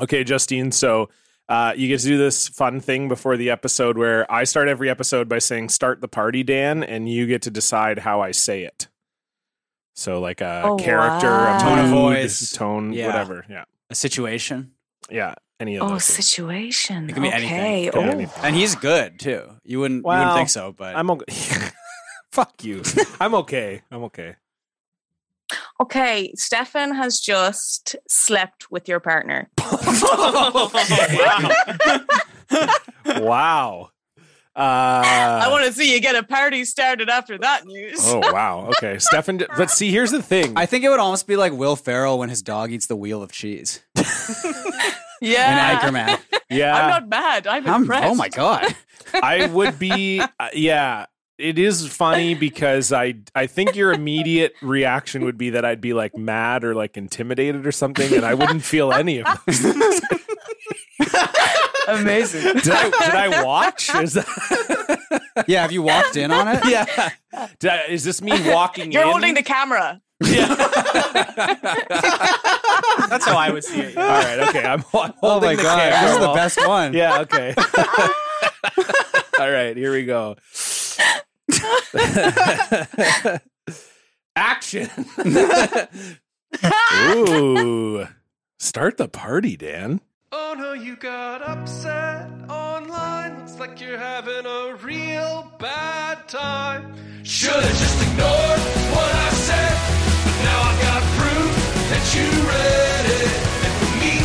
Okay, Justine. So uh, you get to do this fun thing before the episode where I start every episode by saying "Start the party, Dan," and you get to decide how I say it. So, like a Oh, character, a wow. tone of Tone of voice, voice. tone, Yeah. whatever. Yeah, A situation. yeah. Any of Oh, those. things. situation. It can be okay. anything. Yeah, Oh, anything. And he's good too. You wouldn't you Well, wouldn't think so, but I'm okay. Fuck you. Oh, I'm okay. I'm okay. okay. Stefan has just slept with your partner. Wow. Uh, I want to see you get a party started after that news. Oh wow. Okay, Stefan. d- But see, here's the thing. I think it would almost be like Will Ferrell when his dog eats the wheel of cheese. yeah. In Anchorman. yeah. I'm not mad. I'm, I'm, impressed. oh my god. I would be uh, yeah. It is funny because I I think your immediate reaction would be that I'd be like mad or like intimidated or something, and I wouldn't feel any of it. Amazing. Did I, did I watch? Is that Yeah, have you walked in on it? yeah? Did I, is this me walking? You're in? holding the camera. That's how I would see it. All right, okay. I'm, I'm holding Oh my the god. camera. This is the while- best one. Yeah, okay. All right, here we go. Action. Ooh. Start the party, Dan. Oh no, you got upset online. Looks like you're having a real bad time. Should've just ignored what I said, but now I got proof that you read it. And for me,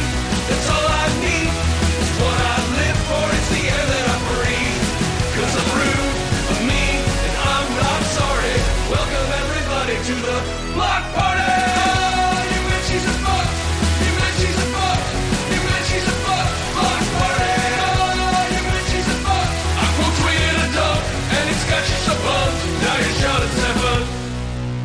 that's all I need. It's what I live for, it's the air that I breathe. Cause I'm rude, but mean, and I'm not sorry. Welcome everybody to the block party! You bet she's a fuck. You bet she's a fuck. You bet she's a fuck. Block party! You bet she's a fuck. I quote tweeted a dog, and it's got you so bummed. Now you're shouting seven.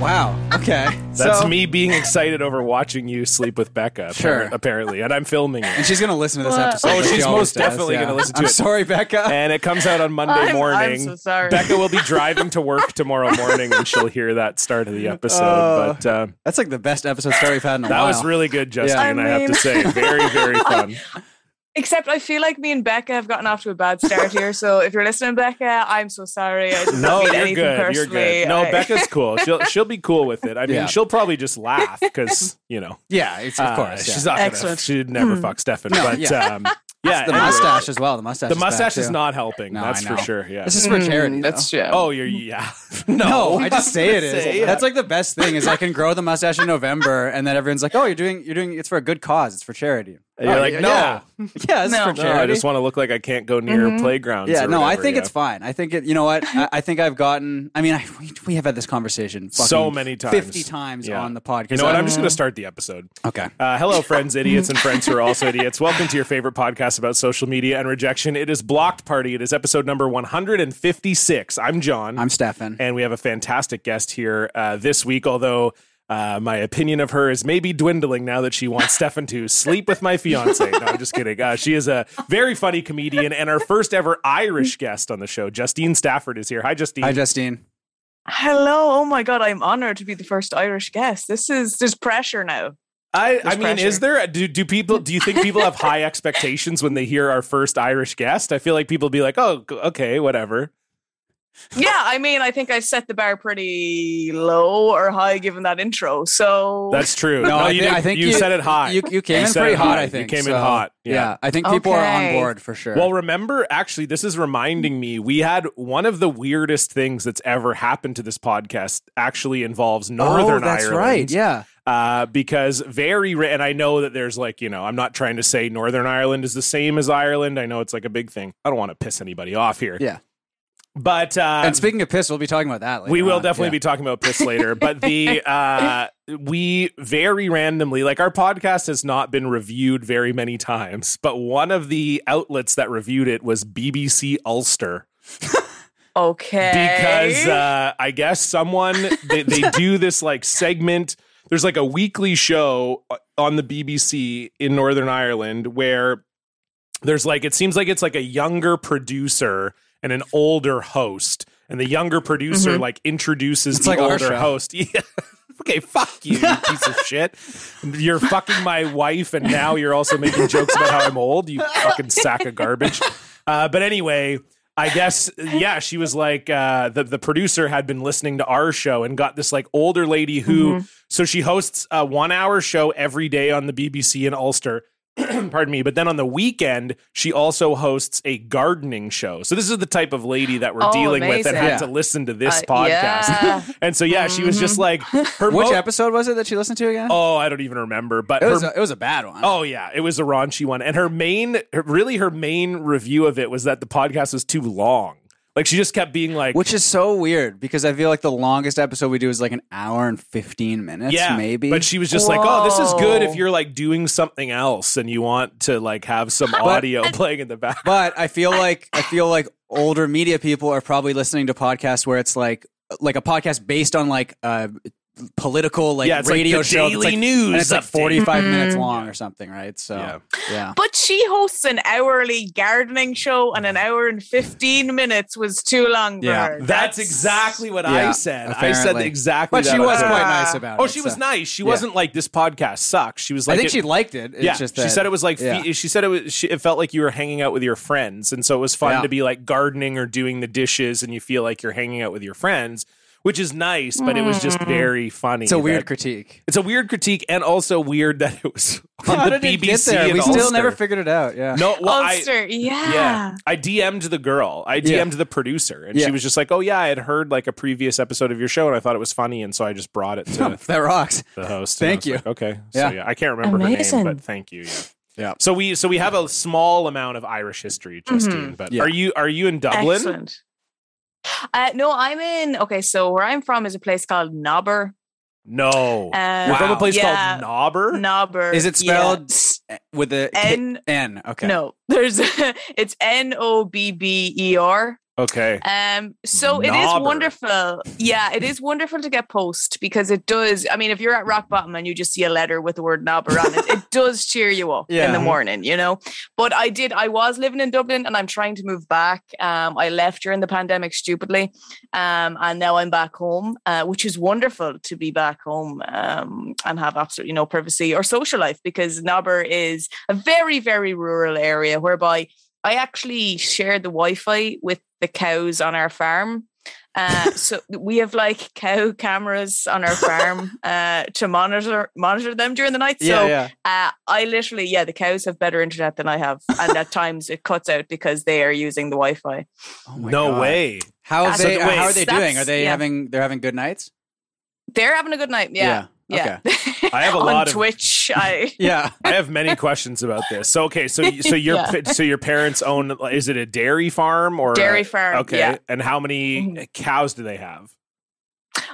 Wow. Okay. That's So- me being excited over watching you sleep with Becca. appar- Sure. Apparently, and I'm filming And it. she's gonna listen to this episode. Oh, like she she's always most definitely gonna listen to I'm it. sorry, Becca. And it comes out on Monday I'm- I'm morning. so sorry. Becca will be driving to work tomorrow morning, and she'll hear that start of the episode. Oh. but uh, That's like the best episode story we've had in a that while. was really good, Justine. I I, have to mean- say, very, very fun. Except I feel like me and Becca have gotten off to a bad start here. So if you're listening, Becca, I'm so sorry. I did No, not mean you're anything good. You're personally. good. No, I- Becca's cool. She'll she'll be cool with it. I mean, Yeah. she'll probably just laugh because you know, yeah, it's, of uh, course. yeah. she's not gonna. Excellent. Hmm. She'd never fuck Stefan, but yeah. um, yeah, the anyway, mustache as well. The mustache. The is bad, mustache is too. not helping. No, that's I for know. sure. Yeah. This is Hmm, for charity. That's though. yeah. oh, you're yeah. No, I just say it is. Say it. That's like the best thing is I can grow the mustache in November, and then everyone's like, "Oh, you're doing, you're doing. It's for a good cause. It's for charity." And you're like, no, Oh, yeah, yeah, it's No. for no, charity. I just want to look like I can't go near Mm-hmm. playgrounds. yeah, or no, I whatever, think yeah. it's fine. I think it. You know what? I, I think I've gotten. I mean, I, we, we have had this conversation fucking So many times. fifty times Yeah. on the podcast. You know what? I'm Mm-hmm. just going to start the episode. okay. Uh, hello, friends, idiots, and friends who are also idiots. Welcome to your favorite podcast about social media and rejection. It is Blocked Party. It is episode number 156. I'm John. I'm Stefan. and we have a fantastic guest here uh, this week. Although uh, my opinion of her is maybe dwindling now that she wants Stefan to sleep with my fiance. No, I'm just kidding. Uh, she is a very funny comedian and our first ever Irish guest on the show. Justine Stafford is here. Hi, Justine. Hi, Justine. Hello. Oh my God. I'm honored to be the first Irish guest. This is, there's pressure now. I, I There's mean, pressure. is there do do people do you think people have high expectations when they hear our first Irish guest? I feel like people be like, oh, g- okay, whatever. Yeah. I mean, I think I set the bar pretty low or high given that intro. So That's true. No, I, you thi- didn't. I think you, said it high. You, you came You in said pretty it hot. high. I You think came in so, hot. Yeah. Yeah. I think people are on Okay. board for sure. Well, remember, actually, this is reminding me we had one of the weirdest things that's ever happened to this podcast actually involves Northern oh, that's Ireland. right. Yeah. Uh, because very, ra- and I know that there's like, you know, I'm not trying to say Northern Ireland is the same as Ireland. I know it's like a big thing. I don't want to piss anybody off here. Yeah. But, uh, And speaking of piss, we'll be talking about that later. we will on. definitely Yeah. be talking about piss later, but the uh, we very randomly, like our podcast has not been reviewed very many times, but one of the outlets that reviewed it was BBC Ulster okay. because uh, I guess someone they, they do this like segment. There's like a weekly show uh, on the BBC in Northern Ireland where there's like it seems like it's like a younger producer and an older host, and the younger producer like introduces Mm-hmm. It's the like our older show. host. Yeah. okay, fuck you, you piece of shit. You're fucking my wife, and now you're also making jokes about how I'm old. You fucking sack of garbage. Uh, but anyway, I guess yeah, she was like uh, the the producer had been listening to our show and got this like older lady who Mm-hmm. so she hosts a one hour show every day on the BBC in Ulster. Pardon me, but then on the weekend she also hosts a gardening show. So this is the type of lady that we're Oh, dealing with that amazing. had Yeah. to listen to this Uh, podcast. yeah. And so yeah, she was just like her Which mo- episode was it that she listened to again? Oh, I don't even remember, but it her was a, it was a bad one. Oh yeah, it was a raunchy one, and her main, her- really, her main review of it was that the podcast was too long. Like she just kept being like, Which is so weird because I feel like the longest episode we do is like an hour and 15 minutes, yeah, maybe. But she was just like, oh, this is Whoa. good if you're like doing something else and you want to like have some audio playing in the background. but I feel like I feel like older media people are probably listening to podcasts where it's like like a podcast based on like a political like Yeah, it's like radio the show that's Daily like, News and it's like update. 45 minutes long or something, right? So Yeah. yeah. But she hosts an hourly gardening show, and an hour and 15 minutes was too long for Yeah, her. That's exactly what I Yeah, said. I said apparently. exactly. But that she on was her. quite Ah. nice about it. Oh, she was so. nice. She wasn't like this podcast sucks. She was like, I think it- she liked it. It's yeah, just she that- said it was like yeah. fe- she said it was. She, it felt like you were hanging out with your friends, and so it was fun Yeah. to be like gardening or doing the dishes, and you feel like you're hanging out with your friends, which is nice. But it was just very funny. Mm. it's a weird that- critique. It's a weird critique, and also weird that it was on How the did it BBC. get there? in We still Ulster. never figured it out. Yeah. No, well, I- Ulster, yeah. yeah, I DM'd the girl. I Yeah. DM'd the producer, and she Yeah. was just like, "Oh yeah, I had heard like a previous episode of your show, and I thought it was funny, and so I just brought it to that rocks. the host. Thank And I was you. like, okay. Yeah. So yeah, I can't remember her Amazing. name, but thank you. Yeah. Yeah. So we so we have a small amount of Irish history, Justine. But Yeah. are you are you in Dublin? Mm-hmm. Excellent. Uh, no, I'm in. Okay, so where I'm from is a place called Knobber. No. Uh, You're from a place yeah. called Knobber. Knobber. Is it spelled yes. Eh, With the N? N. Okay. No, there's it's N O B B E R. Okay. Um, so it is Knobber. wonderful. Yeah, it is wonderful to get post because it does. I mean, if you're at rock bottom and you just see a letter with the word knobber on it, it does cheer you up in Yeah. the morning, you know. But I did. I was living in Dublin and I'm trying to move back. Um, I left during the pandemic stupidly, um, and now I'm back home, uh, which is wonderful to be back home um, and have absolutely no privacy or social life because knobber is a very very rural area whereby I actually share the Wi-Fi with the cows on our farm. Uh, so we have like cow cameras on our farm uh, to monitor monitor them during the night. Yeah, so yeah. Uh, I literally, yeah, the cows have better internet than I have, and at times it cuts out because they are using the Wi-Fi. Oh my no God. way. How have That's- they? So wait, how are they that's- doing? Are they yeah. having? They're having good nights. They're having a good night. Yeah, Yeah, yeah. I have a on lot of- Twitch. I Yeah. I have many questions about this. So okay, so so your Yeah. so your parents own is it a dairy farm or a- dairy farm. Okay. Yeah. Mm-hmm. And how many cows do they have?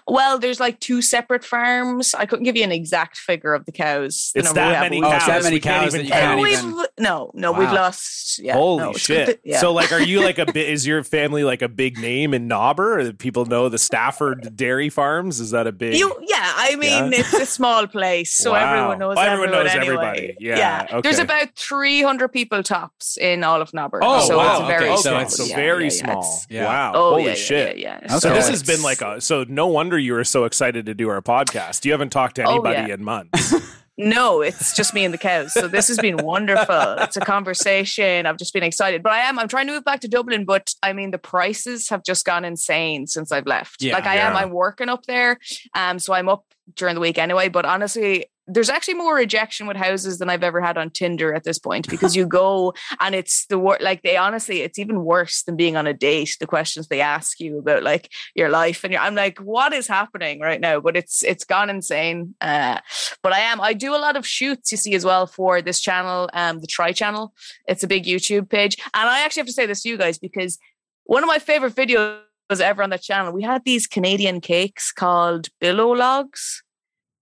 Well, there's like two separate farms. I couldn't give you an exact figure of the cows. the It's number we that have, but many we- Oh, it's cows. that many we can't cows even that you can't count. And even- we've no, no, we've Wow. lost. Yeah, Holy no, it's shit! good- yeah. So, like, are you like a bit? Is your family like a big name in Knobber? Or do people know the Stafford Dairy Farms? Is that a big? You, yeah, I mean, it's a small place, so Wow. everyone knows. Oh, everyone everyone, knows anyway. everybody. Yeah, there's okay. about 300 people tops in all of Knobber. oh so wow! it's very okay, small. so it's so Yeah, very yeah, yeah, small. it's- yeah. Wow! Oh, Holy yeah, yeah, shit! Yeah, yeah. So Okay. this has it's- been like a. So no wonder you were so excited to do our podcast. You haven't talked to Oh, anybody yeah. in months. No, it's just me and the cows. So this has been wonderful. It's a conversation. I've just been excited, but I am. I'm trying to move back to Dublin, but I mean the prices have just gone insane since I've left. Yeah, like I am. yeah. I'm working up there, um. So I'm up during the week anyway. But honestly, there's actually more rejection with houses than I've ever had on Tinder at this point because you go and it's the wor- like they honestly it's even worse than being on a date. The questions they ask you about like your life and your, I'm like, what is happening right now? But it's it's gone insane. Uh, but I am I do a lot of shoots you see as well for this channel, um, the Try Channel. It's a big YouTube page, and I actually have to say this to you guys because one of my favorite videos ever on that channel. We had these Canadian cakes called billow logs.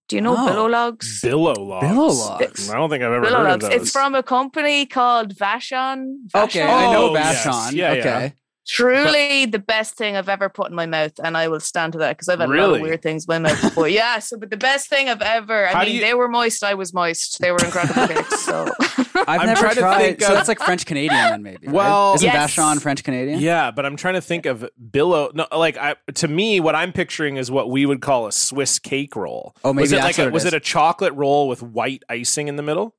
Do you know Oh. billow logs? Billow logs. Billow logs. I don't think I've ever Billow heard of logs. those. It's from a company called Vashon. Vashon. Okay, I know Oh, yes. Vashon. Yeah, yeah. okay. Truly the best thing I've ever put in my mouth, and I will stand to that because I've had a lot Really? of weird things in my mouth before. yeah, so but the best thing I've ever. I How do mean, you- they were moist. I was moist. They were incredible cakes. So I've I'm never trying to tried. think so of- that's like French Canadian, then maybe. right? Well- isn't Yes. Vachon French Canadian? Yeah, but I'm trying to think of billow. No, like I, to me, what I'm picturing is what we would call a Swiss cake roll. Oh, maybe was it that's like a, what it was is. it a chocolate roll with white icing in the middle?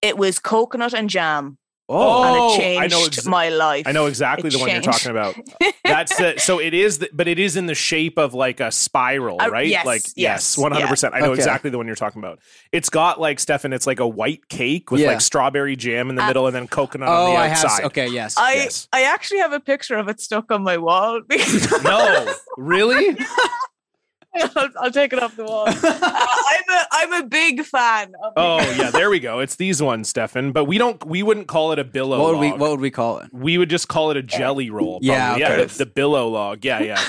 It was coconut and jam, Oh, and it I changed know exa- my life. I know exactly It the one you're changed. talking about. That's it. So it is, the, but it is in the shape of like a spiral, Uh, right? yes, like yes, one hundred percent. I know Okay. exactly the one you're talking about. It's got like Stefan. It's like a white cake with Yeah. like strawberry jam in the Uh, middle, and then coconut Oh, on the I have. outside. s- Okay, yes. I Yes. I actually have a picture of it stuck on my wall. No, really? I'll, I'll take it off the wall. Uh, I'm a I'm a big fan. Of Oh the- yeah, there we go. It's these ones, Stefan. But we don't. We wouldn't call it a billow. what would we log. What would we call it? we would just call it a jelly roll. Yeah, probably. yeah, okay. the, the billow log. Yeah, yeah.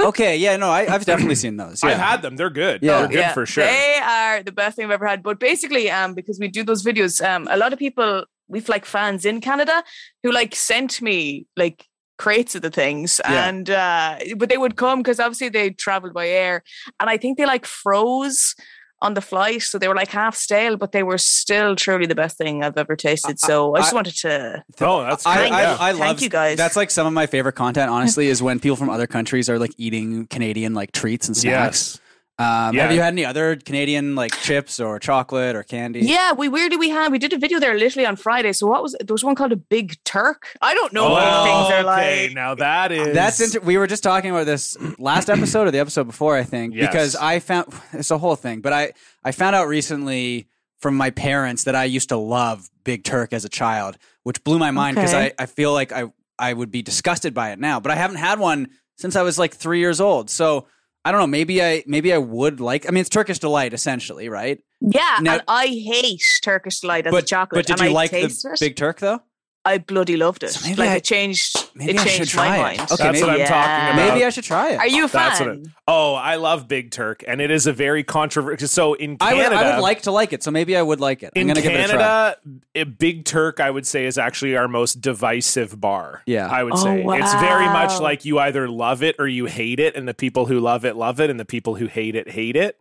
Okay, yeah, no, I, I've definitely seen those. Yeah. I've had them. They're good. Yeah. they're good Oh, Yeah, for sure. They are the best thing I've ever had. But basically, um, because we do those videos, um, a lot of people we've like fans in Canada who like sent me like crates of the things Yeah. and uh but they would come because obviously they traveled by air and I think they like froze on the flight so they were like half stale but they were still truly the best thing I've ever tasted so I, just I- wanted to oh, that's I, great. Thank I, yeah. I Thank love you, guys. That's like some of my favorite content, honestly, is when people from other countries are like eating Canadian like treats and snacks. Yes. Um, Yeah. Have you had any other Canadian like chips or chocolate or candy? yeah we weirdly we had we did a video there literally on Friday so what was there was one called a big turk I don't know what things are Oh, okay. like Now that is That's inter- we were just talking about this last episode or the episode before, I think, Yes. because I found it's a whole thing. But I I found out recently from my parents that I used to love Big Turk as a child, which blew my mind because Okay. I, I feel like I I would be disgusted by it now. But I haven't had one since I was like three years old, so. I don't know. Maybe I maybe I would like. I mean, it's Turkish delight, essentially, right? Yeah, Now- and I hate Turkish delight as but a chocolate. but did and you I like taste the it? Big Turk though? I bloody loved it. So maybe like I- it changed. maybe it I should changed try my it. mind. Okay, That's what I'm maybe- talking about. Yeah. Maybe I should try it. Are you a fan? That's what it- oh, I love Big Turk, and it is a very controversial. So in I would, Canada, I would like to like it, so maybe I would like it. I'm in gonna give it a try. Canada, a Big Turk, I would say, is actually our most divisive bar. Yeah. I would Oh, say it's very much wow. like you either love it or you hate it, and the people who love it love it, and the people who hate it hate it.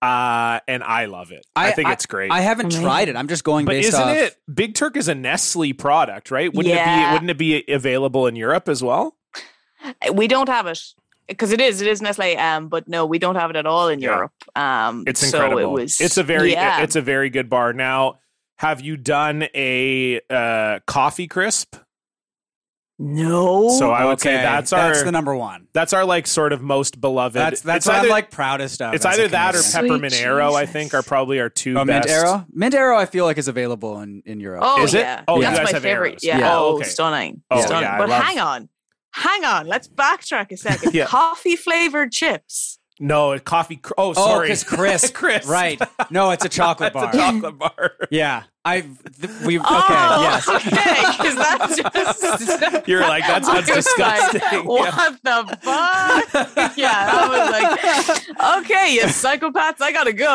Uh, and I love it. I, think it's great. I haven't Amazing. tried it. I'm just going but based isn't off. it Big Turk is a Nestle product, right? Wouldn't it Yeah. be? Wouldn't it be available in Europe as well? Uh, We don't have it because it is it is Nestle. Um, but no, we don't have it at all in Yeah. Europe. Um, It's so incredible. it was. it's a very Yeah. it's a very good bar. Now, have you done a uh, coffee crisp? no. So I would say Okay, that's our the number one. that's our like sort of most beloved. That's It's that's what I'm either- like proudest of. It's as a either that or Canadian. Sweet peppermint arrow. I Jesus. think are probably our two Oh, mint best. arrow. Mint arrow. I feel like is available in in Europe. oh Is it? yeah. Oh, you that's guys my have favorite. arrows. Yeah. Yeah. Oh, Oh, okay. stunning. Oh, stunning. yeah, I but love- hang on, hang on. Let's backtrack a second. Yeah. Coffee flavored chips. No, a coffee. Cr- oh, Oh, sorry, because crisp. Crisp. Right. No, it's a chocolate bar. chocolate bar. yeah. I've th- we've okay. oh, Yes. Okay. Because that's just. You're like that sounds I was like, disgusting. Yeah. what the fuck? yeah, I was like, okay, you psychopaths, I gotta go.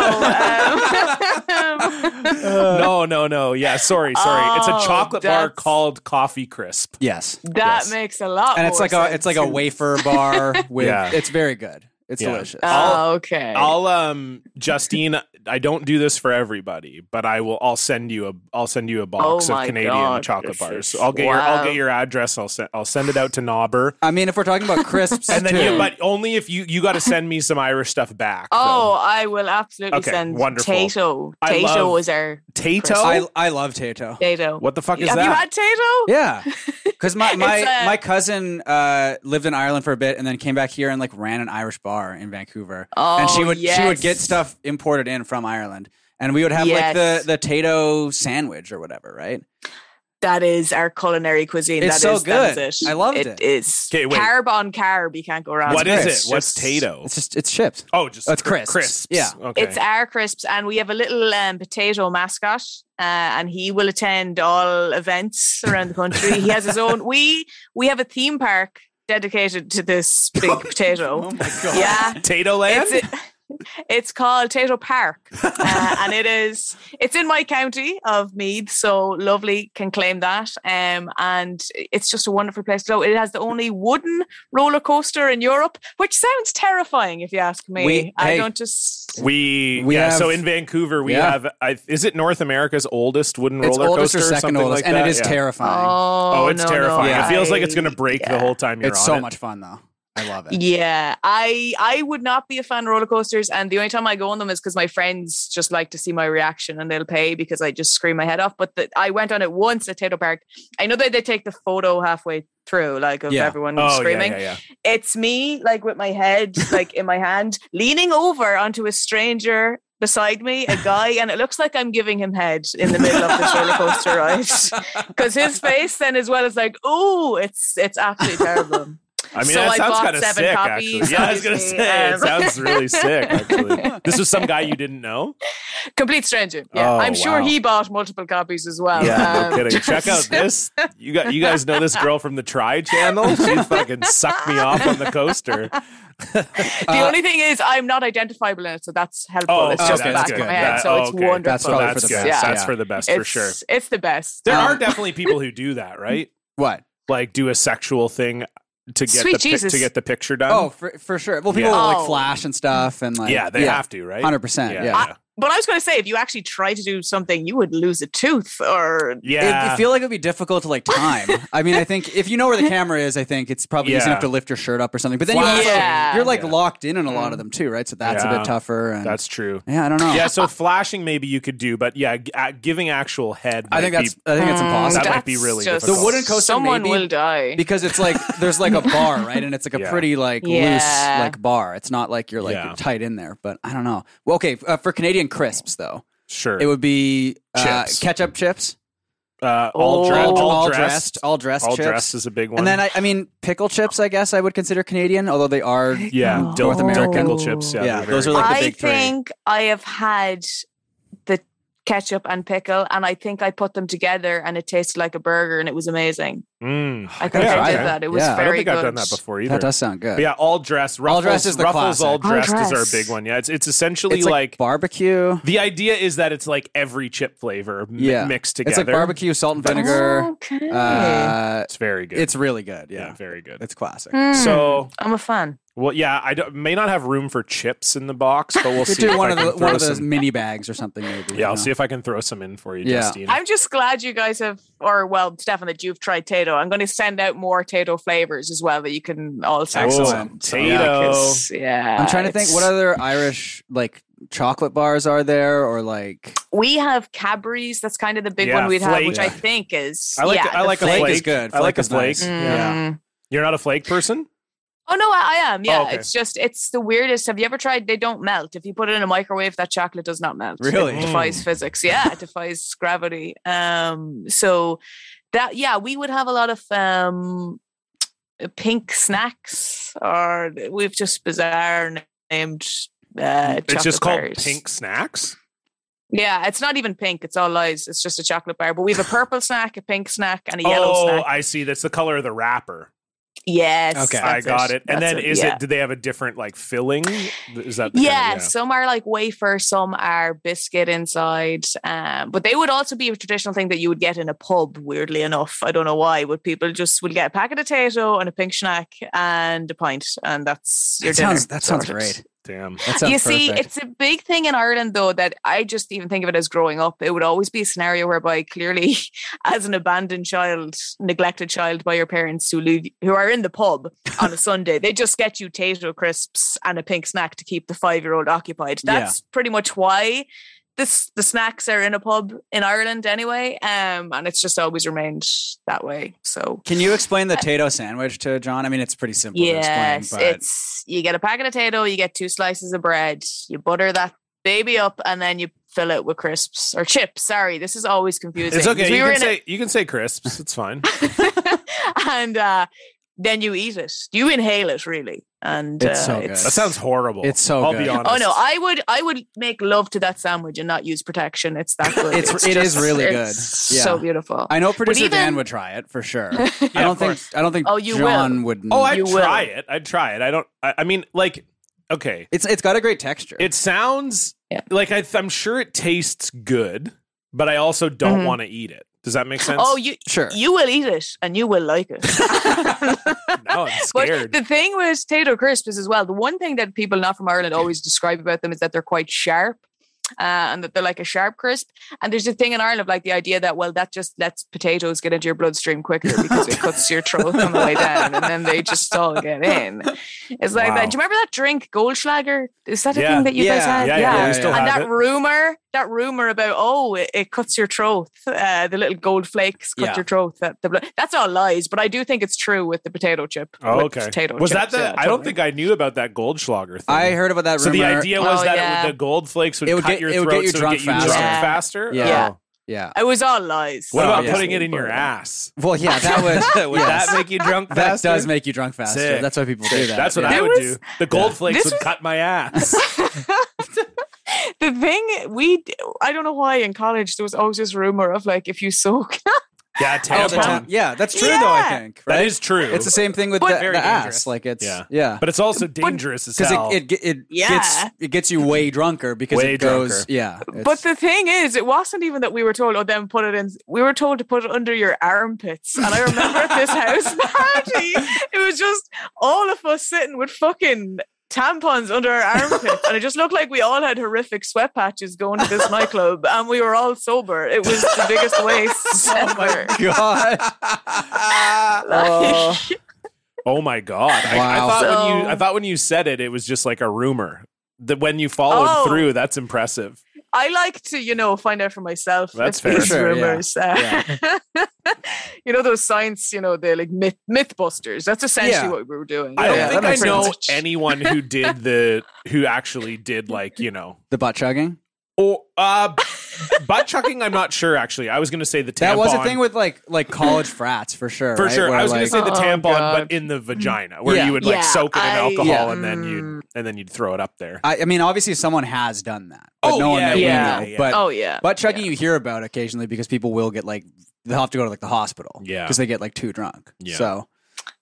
Um, No, no, no. Yeah, sorry, sorry. it's Oh, a chocolate bar that's- called Coffee Crisp. Yes. that Yes. makes a lot. And it's more like a it's like a sense. wafer bar with. Yeah. It's very good. It's Yeah. delicious. I'll- Oh, okay. I'll um Justine, I don't do this for everybody, but I will I'll send you a I'll send you a box Oh of my Canadian God, chocolate this bars. is- I'll get your I'll wow. get your address. I'll send I'll send it out to Knobber. I mean, if we're talking about crisps, And then too, you, but only if you you got to send me some Irish stuff back. oh, I will absolutely Okay, send wonderful. Tato. I Tato love- is our though. Tato. I I love Tato. Tato. what the fuck is Have that? you had Tato? Yeah, because my my, It's, uh, my cousin uh, lived in Ireland for a bit and then came back here and like ran an Irish bar in Vancouver. Oh, and she would she would yes. get stuff imported in from Ireland, and we would have like Yes. the the Tato sandwich or whatever, right? That is our culinary cuisine. It's That so is- that good. is it. I loved it. It is 'Kay, wait. carb on carb. You can't go wrong. what with is It's it? What's Just- Tato? It's just it's chips. oh, just it's cr- crisps. crisps. Yeah. Okay. It's our crisps, and we have a little um, potato mascot, uh, and he will attend all events around the country. he has his own. We we have a theme park dedicated to this big potato. Oh my god! yeah, Tato land. it's a, It's called Tato Park, uh, and it is it's in my county of Meath, so lovely can claim that. Um, and it's just a wonderful place to go. It has the only wooden roller coaster in Europe, which sounds terrifying if you ask me. We- I hey. don't just We, We yeah. have- so in Vancouver, we Yeah. have I, is it North America's oldest wooden It's roller oldest coaster or second something oldest, like and that? it is Yeah. terrifying. oh, Oh, it's no, no, terrifying. it feels like it's I- going to break the yeah. whole time you're it's on so it. much fun though. I love it. Yeah, I I would not be a fan of roller coasters, and the only time I go on them is because my friends just like to see my reaction, and they'll pay because I just scream my head off. But the, I went on it once at Tato Park. I know that they take the photo halfway through, like of Yeah. everyone Oh screaming. yeah, yeah, It's me, like with my head, like in my hand, leaning over onto a stranger beside me, a guy, and it looks like I'm giving him head in the middle of this roller coaster ride because his face then as well is like, oh, it's it's absolutely terrible. yeah. I mean, So that I sounds bought kind of seven sick, copies, actually. Yeah, I was going to obviously, say it um. sounds really sick. Actually, this was some guy you didn't know. complete stranger. Yeah, Oh, I'm sure wow. he bought multiple copies as well. Yeah, Um, no kidding. Check out this. You got you guys know this girl from the Tri Channel. She fucking sucked me off on the coaster. The Uh, only thing is, I'm not identifiable in it, so that's helpful. Oh, it's okay, just the that's back good. of my head, That- so it's oh, okay. wonderful. That's So probably for that's the good. best, That's yeah. for the best it's, for sure. It's the best. There Um, are definitely people who do that, right? What? Like do a sexual thing to get Sweet the pic- Jesus. to get the picture done. Oh, for, for sure. Well, people Yeah. will, Um, Oh. like flash and stuff, and like yeah, they have to, right? hundred percent. Yeah. Yeah. yeah. but I was going to say, if you actually try to do something, you would lose a tooth or. Yeah. It, I feel like it'd be difficult to like time. I mean, I think if you know where the camera is, I think it's probably easy Yeah. enough to lift your shirt up or something. But then you Flash. also, Yeah. you're like Yeah. locked in on a lot of them too, right? So that's Mm. Yeah. a bit tougher. And That's true. yeah, I don't know. Yeah, so flashing maybe you could do, but yeah, g- uh, giving actual head. I might think that's be- I think it's impossible. That might Mm, that's be really just- difficult. The wooden coaster Someone maybe- will die. because it's like there's like a bar, right? And it's like a Yeah. pretty like Yeah. loose like bar. It's not like you're like Yeah. tight in there. But I don't know. Well, okay, uh, for Canadian crisps though, sure. it would be uh, Chips. ketchup chips, uh, all, Oh. dre- all, All- dressed, all dressed, all chips. dressed is a big one. and then I, I mean pickle chips. I guess I would consider Canadian, although they are yeah, North Dill- American. pickle chips. Yeah, Yeah, they're those very are like the I big three. think I have had the ketchup and pickle, and I think I put them together, and it tasted like a burger, and it was amazing. good. Mm. I think Yeah, I did okay. that. It was Yeah. I I very don't think good. I've done that before either. that does sound good. But yeah, all dressed. Ruffles, All dressed is the Ruffles all classic. All dressed is our dressed. big one. Yeah, it's it's essentially it's like, like, barbecue. the idea is that it's like every chip flavor mi- Yeah. mixed together. It's like barbecue, salt and vinegar. Okay. Uh, It's very good. it's really good. yeah, Yeah, very good. it's classic. Hmm, So I'm a fan. well, yeah, I don't, may not have room for chips in the box, but we'll Could see. do if one I of can the throw one of those some- mini bags or something maybe. Yeah, I'll see if I can throw some in for you, Yeah. Justine. I'm just glad you guys have, or well, Stefan, that you've tried Tato. I'm going to send out more Tato flavors as well that you can also Excellent. So, Tato. because, yeah, I'm trying to think it's- what other Irish like chocolate bars are there or like we have Cadbury's. That's kind of the big Yeah, one we'd have, flake. which I think is I like yeah, I the like a flake flake. is good. I like Flake a is flake. nice. Yeah. Mm. You're not a flake person? Oh no, I, I am. Yeah, okay. it's just it's the weirdest. Have you ever tried? They don't melt. If you put it in a microwave, that chocolate does not melt. Really? it defies Mm. physics. Yeah, it defies gravity. Um, so that yeah, we would have a lot of um pink snacks, or we've just bizarre named. Uh, Mm, It's just chocolate called bars. pink snacks. Yeah, it's not even pink. It's all lies. It's just a chocolate bar. But we have a purple snack, a pink snack, and a yellow oh, snack. I see. That's the color of the wrapper. Yes. Okay. I that's got it. And That's then is yeah. it? Do they have a different like filling? Is that the kind of- yeah, some are like wafer, some are biscuit inside. Um, but they would also be a traditional thing that you would get in a pub, weirdly enough. I don't know why, but people just would get a packet of potato and a pink snack and a pint, and that's your that dinner. sounds that sounds sorted. great. Damn. That sounds you see, perfect. it's a big thing in Ireland, though, that I just even think of it as growing up. It would always be a scenario whereby, clearly, as an abandoned child, neglected child by your parents who leave, who are in the pub on a Sunday, they just get you tato crisps and a pink snack to keep the five year old occupied. Yeah. That's pretty much why. This, the snacks are in a pub in Ireland anyway, um, and it's just always remained that way. So Can you explain the Tato sandwich to John? I mean, it's pretty simple to Yes, explain, but it's you get a packet of potato, you get two slices of bread, you butter that baby up, and then you fill it with crisps or chips. Sorry, this is always confusing. It's okay. 'cause we you were can in say you can say crisps. It's fine. it, and uh, then you eat it. You inhale it really, and It's uh, so good. That it's- sounds horrible. It's so I'll good. be honest. Oh no, I would I would make love to that sandwich and not use protection. It's that good. It's- it is really good. it's Yeah. So beautiful. I know producer Dan even- would try it for sure. Yeah, I of don't think course. I don't think Oh, you John would. Oh, I'd You will. try it. I'd try it. I don't. I, I mean, like okay. It's it's got a great texture. It sounds Yeah. like I th- I'm sure it tastes good, but I also don't Mhm. want to eat it. Does that make sense? Oh, you sure. you will eat it and you will like it. now I'm But scared. the thing with potato crisp is as well, the one thing that people not from Ireland always describe about them is that they're quite sharp. Uh, and that they're like a sharp crisp. And there's a thing in Ireland of like the idea that, well, that just lets potatoes get into your bloodstream quicker because it cuts your throat on the way down and then they just all get in. It's like Wow. that. Do you remember that drink, Goldschlager? Is that a Yeah. thing that you guys Yeah. had? yeah, yeah, yeah, we still yeah. And have that it. rumor, that rumor about oh, it, it cuts your throat. Uh, the little gold flakes cut Yeah. your throat. That the blood. That's all lies, but I do think it's true with the potato chip. Oh, with okay. Potato was that chips, the? yeah, I don't totally. think I knew about that Goldschlager thing. I heard about that So rumor. the idea was Oh, that it yeah. would, the gold flakes would, It would cut get- your it would throat, get you so drunk it would get you drunk faster. faster. Yeah. Yeah. Oh. Yeah. It was all lies. What So, about yeah. putting it in your ass? Well, yeah, that was Would yes. that make you drunk that faster? does make you drunk faster. Sick. That's why people do that. That's what yeah. I There would do. was- The gold flakes This would was- cut my ass. the thing we, d- I don't know why in college there was always this rumor of like if you soak. yeah, All the tampon. time. Yeah, that's true though. I Yeah. think right. That is true. It's the same thing with the, But- the Very ass. dangerous. Like it's Yeah. yeah, but it's also dangerous as because hell. it it, ge- it Yeah. gets it gets you way drunker because Way it goes drunker. yeah. But it's- the thing is, it wasn't even that we were told, oh, then put it in. We were told to put it under your armpits. And I remember at this house party, it was just all of us sitting with fucking tampons under our armpits. And it just looked like we all had horrific sweat patches going to this nightclub and we were all sober. It was the biggest waste ever. God. Oh. oh my god! I, I Wow. thought when you So- I thought when you said it, it was just like a rumor. That when you followed Oh. through, that's impressive. I like to, you know, find out for myself. That's if fair. These Sure, yeah. rumors. Uh, you know those science. You know they're like myth mythbusters. That's essentially Yeah. what we were doing. I don't Yeah, that think I makes know sense. anyone who did the who actually did like you know the butt chugging. or uh, butt chucking. I'm not sure actually. I was going to say the tampon. That was a thing with like like college frats for sure. for right? sure. Where, I was like, going to say the Oh, tampon, but God. in the vagina where Yeah. you would like Yeah, soak it in I- alcohol Yeah. and then you and then you'd throw it up there. I, I mean, obviously, someone has done that. But Oh, no one yeah, that yeah, we know. yeah. But Oh yeah. butt chugging, you hear about occasionally because people will get like they'll have to go to like the hospital. Yeah. because they get like too drunk. Yeah. So,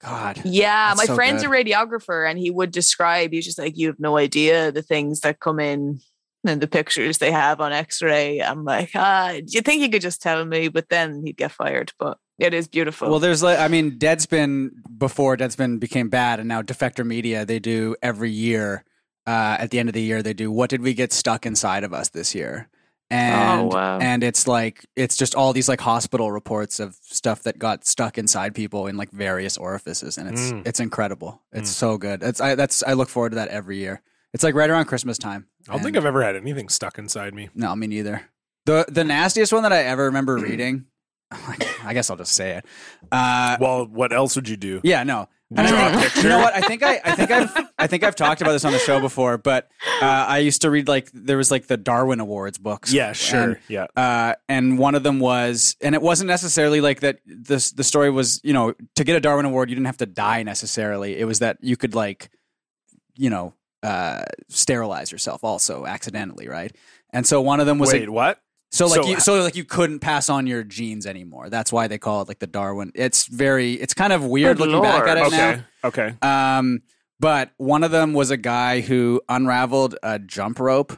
God, Yeah, That's my so friend's good. a radiographer, and he would describe. He's just like, you have no idea the things that come in and the pictures they have on X-ray. I'm like, ah, do you think you could just tell me? But then he'd get fired. But it is beautiful. Well, there's like I mean, Deadspin before Deadspin became bad, and now Defector Media they do every year. Uh, at the end of the year, they do what did we get stuck inside of us this year? Oh, And Oh. wow. and it's like it's just all these like hospital reports of stuff that got stuck inside people in like various orifices, and it's Mm. it's incredible. It's Mm. so good. It's I that's I look forward to that every year. It's like right around Christmas time. I don't think I've ever had anything stuck inside me. No, me neither. The the nastiest one that I ever remember reading. I guess I'll just say it. Uh, Well, what else would you do? yeah, no. I Draw a don't know. picture? You know what? I think I, I think I've, I think I've talked about this on the show before, but uh, I used to read like there was like the Darwin Awards books. Yeah, sure. And, yeah. uh, and one of them was, and it wasn't necessarily like that. This the story was, you know, to get a Darwin Award, you didn't have to die necessarily. It was that you could like, you know, uh, sterilize yourself also accidentally, right? And so one of them was Wait, like, what? so like So- you, so like you couldn't pass on your genes anymore. That's why they call it like the Darwin. It's very it's kind of weird Good looking back lord. at it Okay. Okay. now. Um, but one of them was a guy who unraveled a jump rope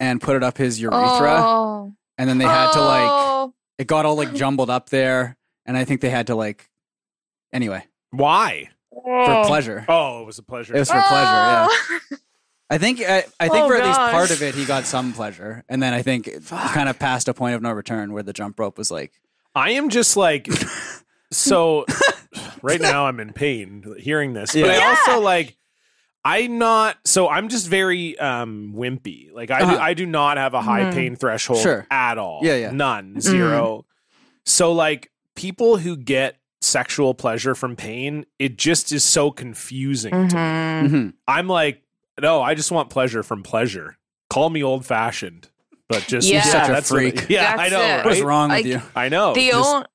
and put it up his urethra, Oh. and then they had to like Oh. it got all like jumbled up there, and I think they had to like anyway Why? for pleasure. Oh, it was a pleasure. It was for pleasure. Yeah, Oh. I think I, I think Oh, for at least gosh. part of it he got some pleasure, and then I think it kind of passed a point of no return where the jump rope was like. I am just like so right now I'm in pain hearing this. But Yeah. I also like I'm not so I'm just very um wimpy. Like I do, Uh-huh. I do not have a high Mhm. pain threshold Sure. at all. Yeah, yeah. None, 0 So like people who get sexual pleasure from pain, it just is so confusing to me. Mhm. mhm. I'm like, no, I just want pleasure from pleasure. Call me old fashioned, but just You're yeah, such a that's what I- freak. yeah, That's I know. it. Right? What's wrong with Like- you? I know. The Just- only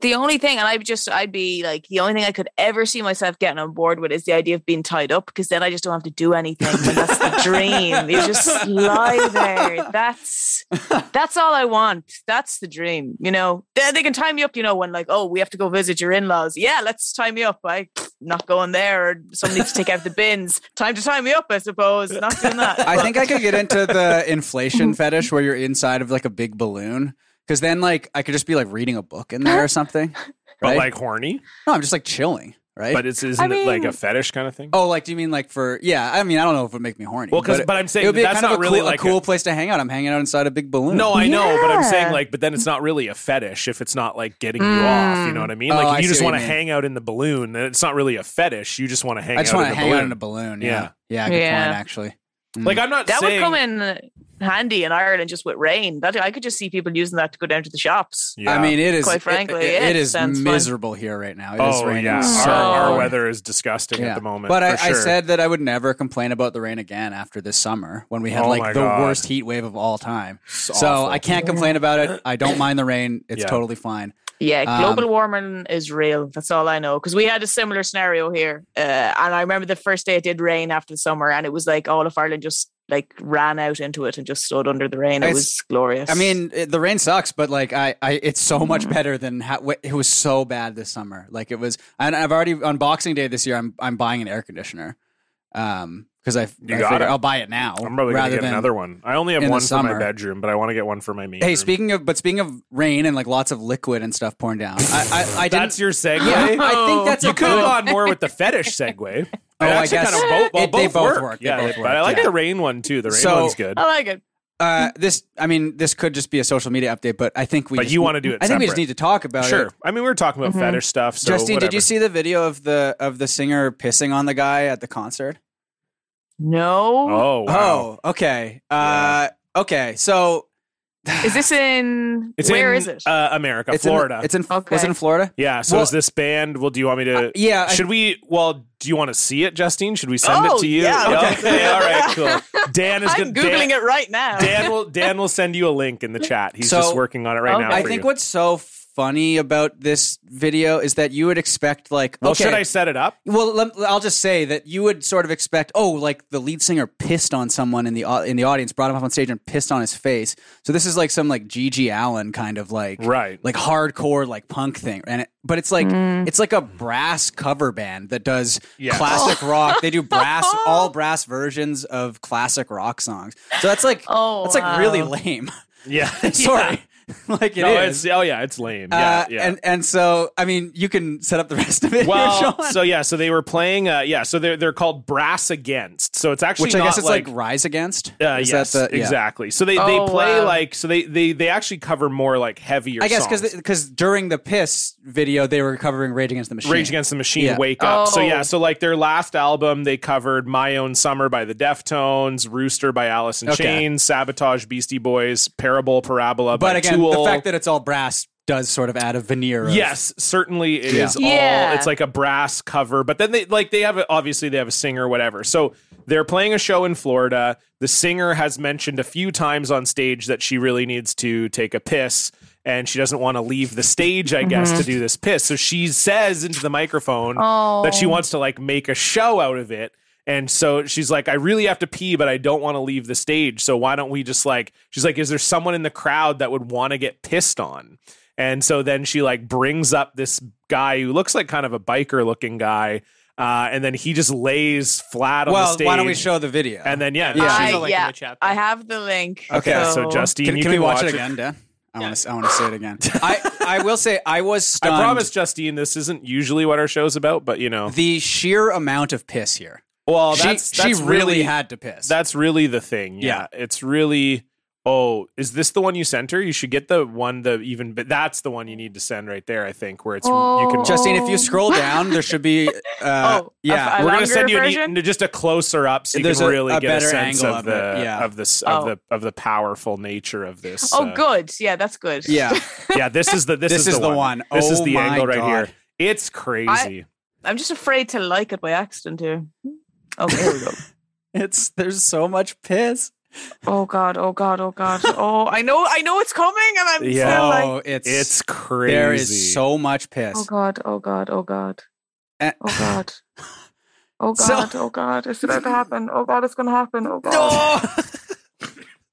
the only thing, and I'd just, I'd be like, the only thing I could ever see myself getting on board with is the idea of being tied up because then I just don't have to do anything. And that's the dream. You just lie there. That's that's all I want. That's the dream. You know, they, they can tie me up. You know, when like, oh, we have to go visit your in laws. Yeah, let's tie me up. I not going there. Or somebody to take out the bins. Time to tie me up, I suppose. Not doing that. I think I could get into the inflation fetish where you're inside of like a big balloon. Because then, like, I could just be like reading a book in there or something. but right? like horny. no, I'm just like chilling, right? But it's isn't it like mean- a fetish kind of thing? oh, like, do you mean like for? Yeah, I mean, I don't know if it would make me horny. Well, 'cause- it- but I'm saying it would be that's kind not of a really cool, like a a- cool place to hang out. I'm hanging out inside a big balloon. No, I know, but I'm saying Yeah. like, but then it's not really a fetish if it's not like getting you off. You Mm. know what I mean? Oh, Like I if you see just what want to you mean. hang out in the balloon, then it's not really a fetish. You just want to hang I just out want in to the hang balloon. out in a balloon. Yeah, yeah, good Yeah. point actually. like I'm not that saying would come in handy in Ireland just with rain. That I could just see people using that to go down to the shops. Yeah. I mean, it is. Quite it- frankly, it- yeah, it is sounds fun. miserable here right now. It is oh raining yeah, so our, our hard. weather is disgusting at the moment. But I, for I sure. said that I would never complain about the rain again after this summer when we had Oh my like the God. worst heat wave of all time. So awful. I can't complain about it. I don't mind the rain. It's Yeah. totally fine. Yeah, Um, global warming is real. That's all I know. Because we had a similar scenario here, uh, and I remember the first day it did rain after the summer, and it was like all of Ireland just like ran out into it and just stood under the rain. It It's- was glorious. I mean, it, the rain sucks, but like I, I it's so Mm. much better than how wh- it was so bad this summer. Like it was, and I've already on Boxing Day this year. I'm I'm buying an air conditioner, um, because I, I You got figure it. I'll buy it now. I'm probably gonna rather get than- another one. I only have in the one for my summer. bedroom, but I want to get one for my main. Hey, room. speaking of, but speaking of rain and like lots of liquid and stuff pouring down, I I, I didn't. That's your segue. Yeah, I Oh. think that's you a could have good- gone more with the fetish segue. Oh, It I actually guess kind of both. Well, it- they both, both work. work. They Yeah, both but work, I like yeah. the rain one too. The rain So- one's good. I like it. Uh, this, I mean, this could just be a social media update, but I think we. But just, you wanna do it I think we just separate. need to talk about it. Sure. I mean, we were talking about Mm-hmm. fetish stuff. So Justine, did whatever. you see the video of the of the singer pissing on the guy at the concert? No, Oh, wow. Oh, okay. Uh, okay. So is this in? It's where in, is it? Uh, America, it's Florida. In, it's in. Okay. Was it in Florida? yeah. So well- is this band? Well, do you want me to? yeah, I- Should we? Well, do you want to see it, Justine? Should we send Oh, it to you? yeah, let's do Okay. it. All right. Cool. Dan is I'm gonna, Dan, googling it right now. Dan will Dan will send you a link in the chat. He's So- just working on it right Okay. now. I for think you. what's so funny about this video is that you would expect like. Well, okay, Oh, should I set it up? Well, lem- I'll just say that you would sort of expect, oh, like the lead singer pissed on someone in the au- in the audience, brought him up on stage and pissed on his face. So this is like some like Gigi Allen kind of like Right. like hardcore like punk thing, and it, but it's like Mm. it's like a brass cover band that does Yes. classic Oh. rock. They do brass all brass versions of classic rock songs. So that's like Oh, that's like really wow. lame. Yeah. Sorry, like it is. No, it's oh yeah, it's lame. Yeah, Uh, yeah. And and so I mean, you can set up the rest of it. here, well, Sean. so yeah, so they were playing. Uh, yeah, so they're they're called Brass Against. So it's actually which I guess not it's like, Rise Against. Uh, Is yes, that the- yeah. exactly. So they, they Oh, play wow. like so they, they they actually cover more like heavier. I guess songs. because because during the piss video they were covering Rage Against the Machine. Rage Against the Machine, Yeah. Wake Up. So Oh. yeah, so like their last album, they covered My Own Summer by the Deftones, Rooster by Alice in Okay. Chains, Sabotage, Beastie Boys, Parable, Parabola. But by again, Tool. the fact that it's all brass does sort of add a veneer. Of, Yes, certainly it Yeah. is Yeah. all. It's like a brass cover, but then they like they have a, obviously they have a singer, whatever. So they're playing a show in Florida. The singer has mentioned a few times on stage that she really needs to take a piss, and she doesn't want to leave the stage, I guess, Mm-hmm. to do this piss. So she says into the microphone Oh. that she wants to like make a show out of it. And so she's like, I really have to pee, but I don't want to leave the stage. So why don't we just like, she's like, is there someone in the crowd that would want to get pissed on? And so then she like brings up this guy who looks like kind of a biker looking guy. Uh, and then he just lays flat on the Well, stage. why don't we show the video? And then, yeah. Yeah. I, There's a link in yeah, the chat I have the link. Okay. So, Justine, can, you can we watch, it it. again, Dan? I want to I want to see it again. I I will say I was stunned. I promise, Justine, this isn't usually what our show's about, but you know. the sheer amount of piss here. Well, she Oh, that's, she that's really, had to piss. That's really the thing. Yeah. It's really oh, is this the one you sent her? You should get the one the even but that's the one you need to send right there, I think, where it's you can Oh. Justine, if you scroll down, there should be. Uh, Oh, yeah, I- we're gonna send longer you an, version? e- just a closer up so you There's can a- really a get a better sense angle of of the it, yeah. of this of Oh. the of the powerful nature of this. Oh, uh, good. Yeah, that's good. yeah. Yeah, this is the this, This is the one. This is Oh the my angle right God. here. It's crazy. I'm just afraid to like it by accident here. Okay, here we go. It's there's so much piss. Oh God! Oh God! Oh God! Oh, I know! I know it's coming, and I'm Yeah. still like, oh, it's It's crazy. there is so much oh piss. God! Oh God! Oh God! Eh. Oh God! Oh So- God! oh God! It's about to happen! Oh God! It's gonna happen! Oh God!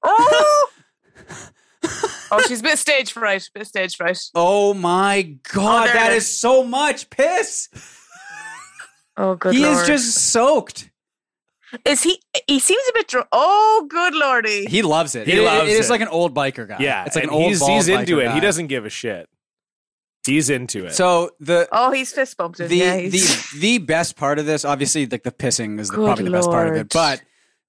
Oh, Oh! oh, she's a bit stage fright. Bit stage fright. oh my god, Oh, there that it is so much piss. Oh, good he lord. is just soaked. Is he? He seems a bit. Dr- oh, good lordy. He loves it. He It- it- loves it is it. like an old biker guy. yeah, it's like an and old. He's, bald he's into biker it. guy. He doesn't give a shit. He's into it. So the oh, he's fist bumped. the him. yeah, he's- the the best part of this, obviously, like the pissing is the, Good probably the best part of it, lord. but.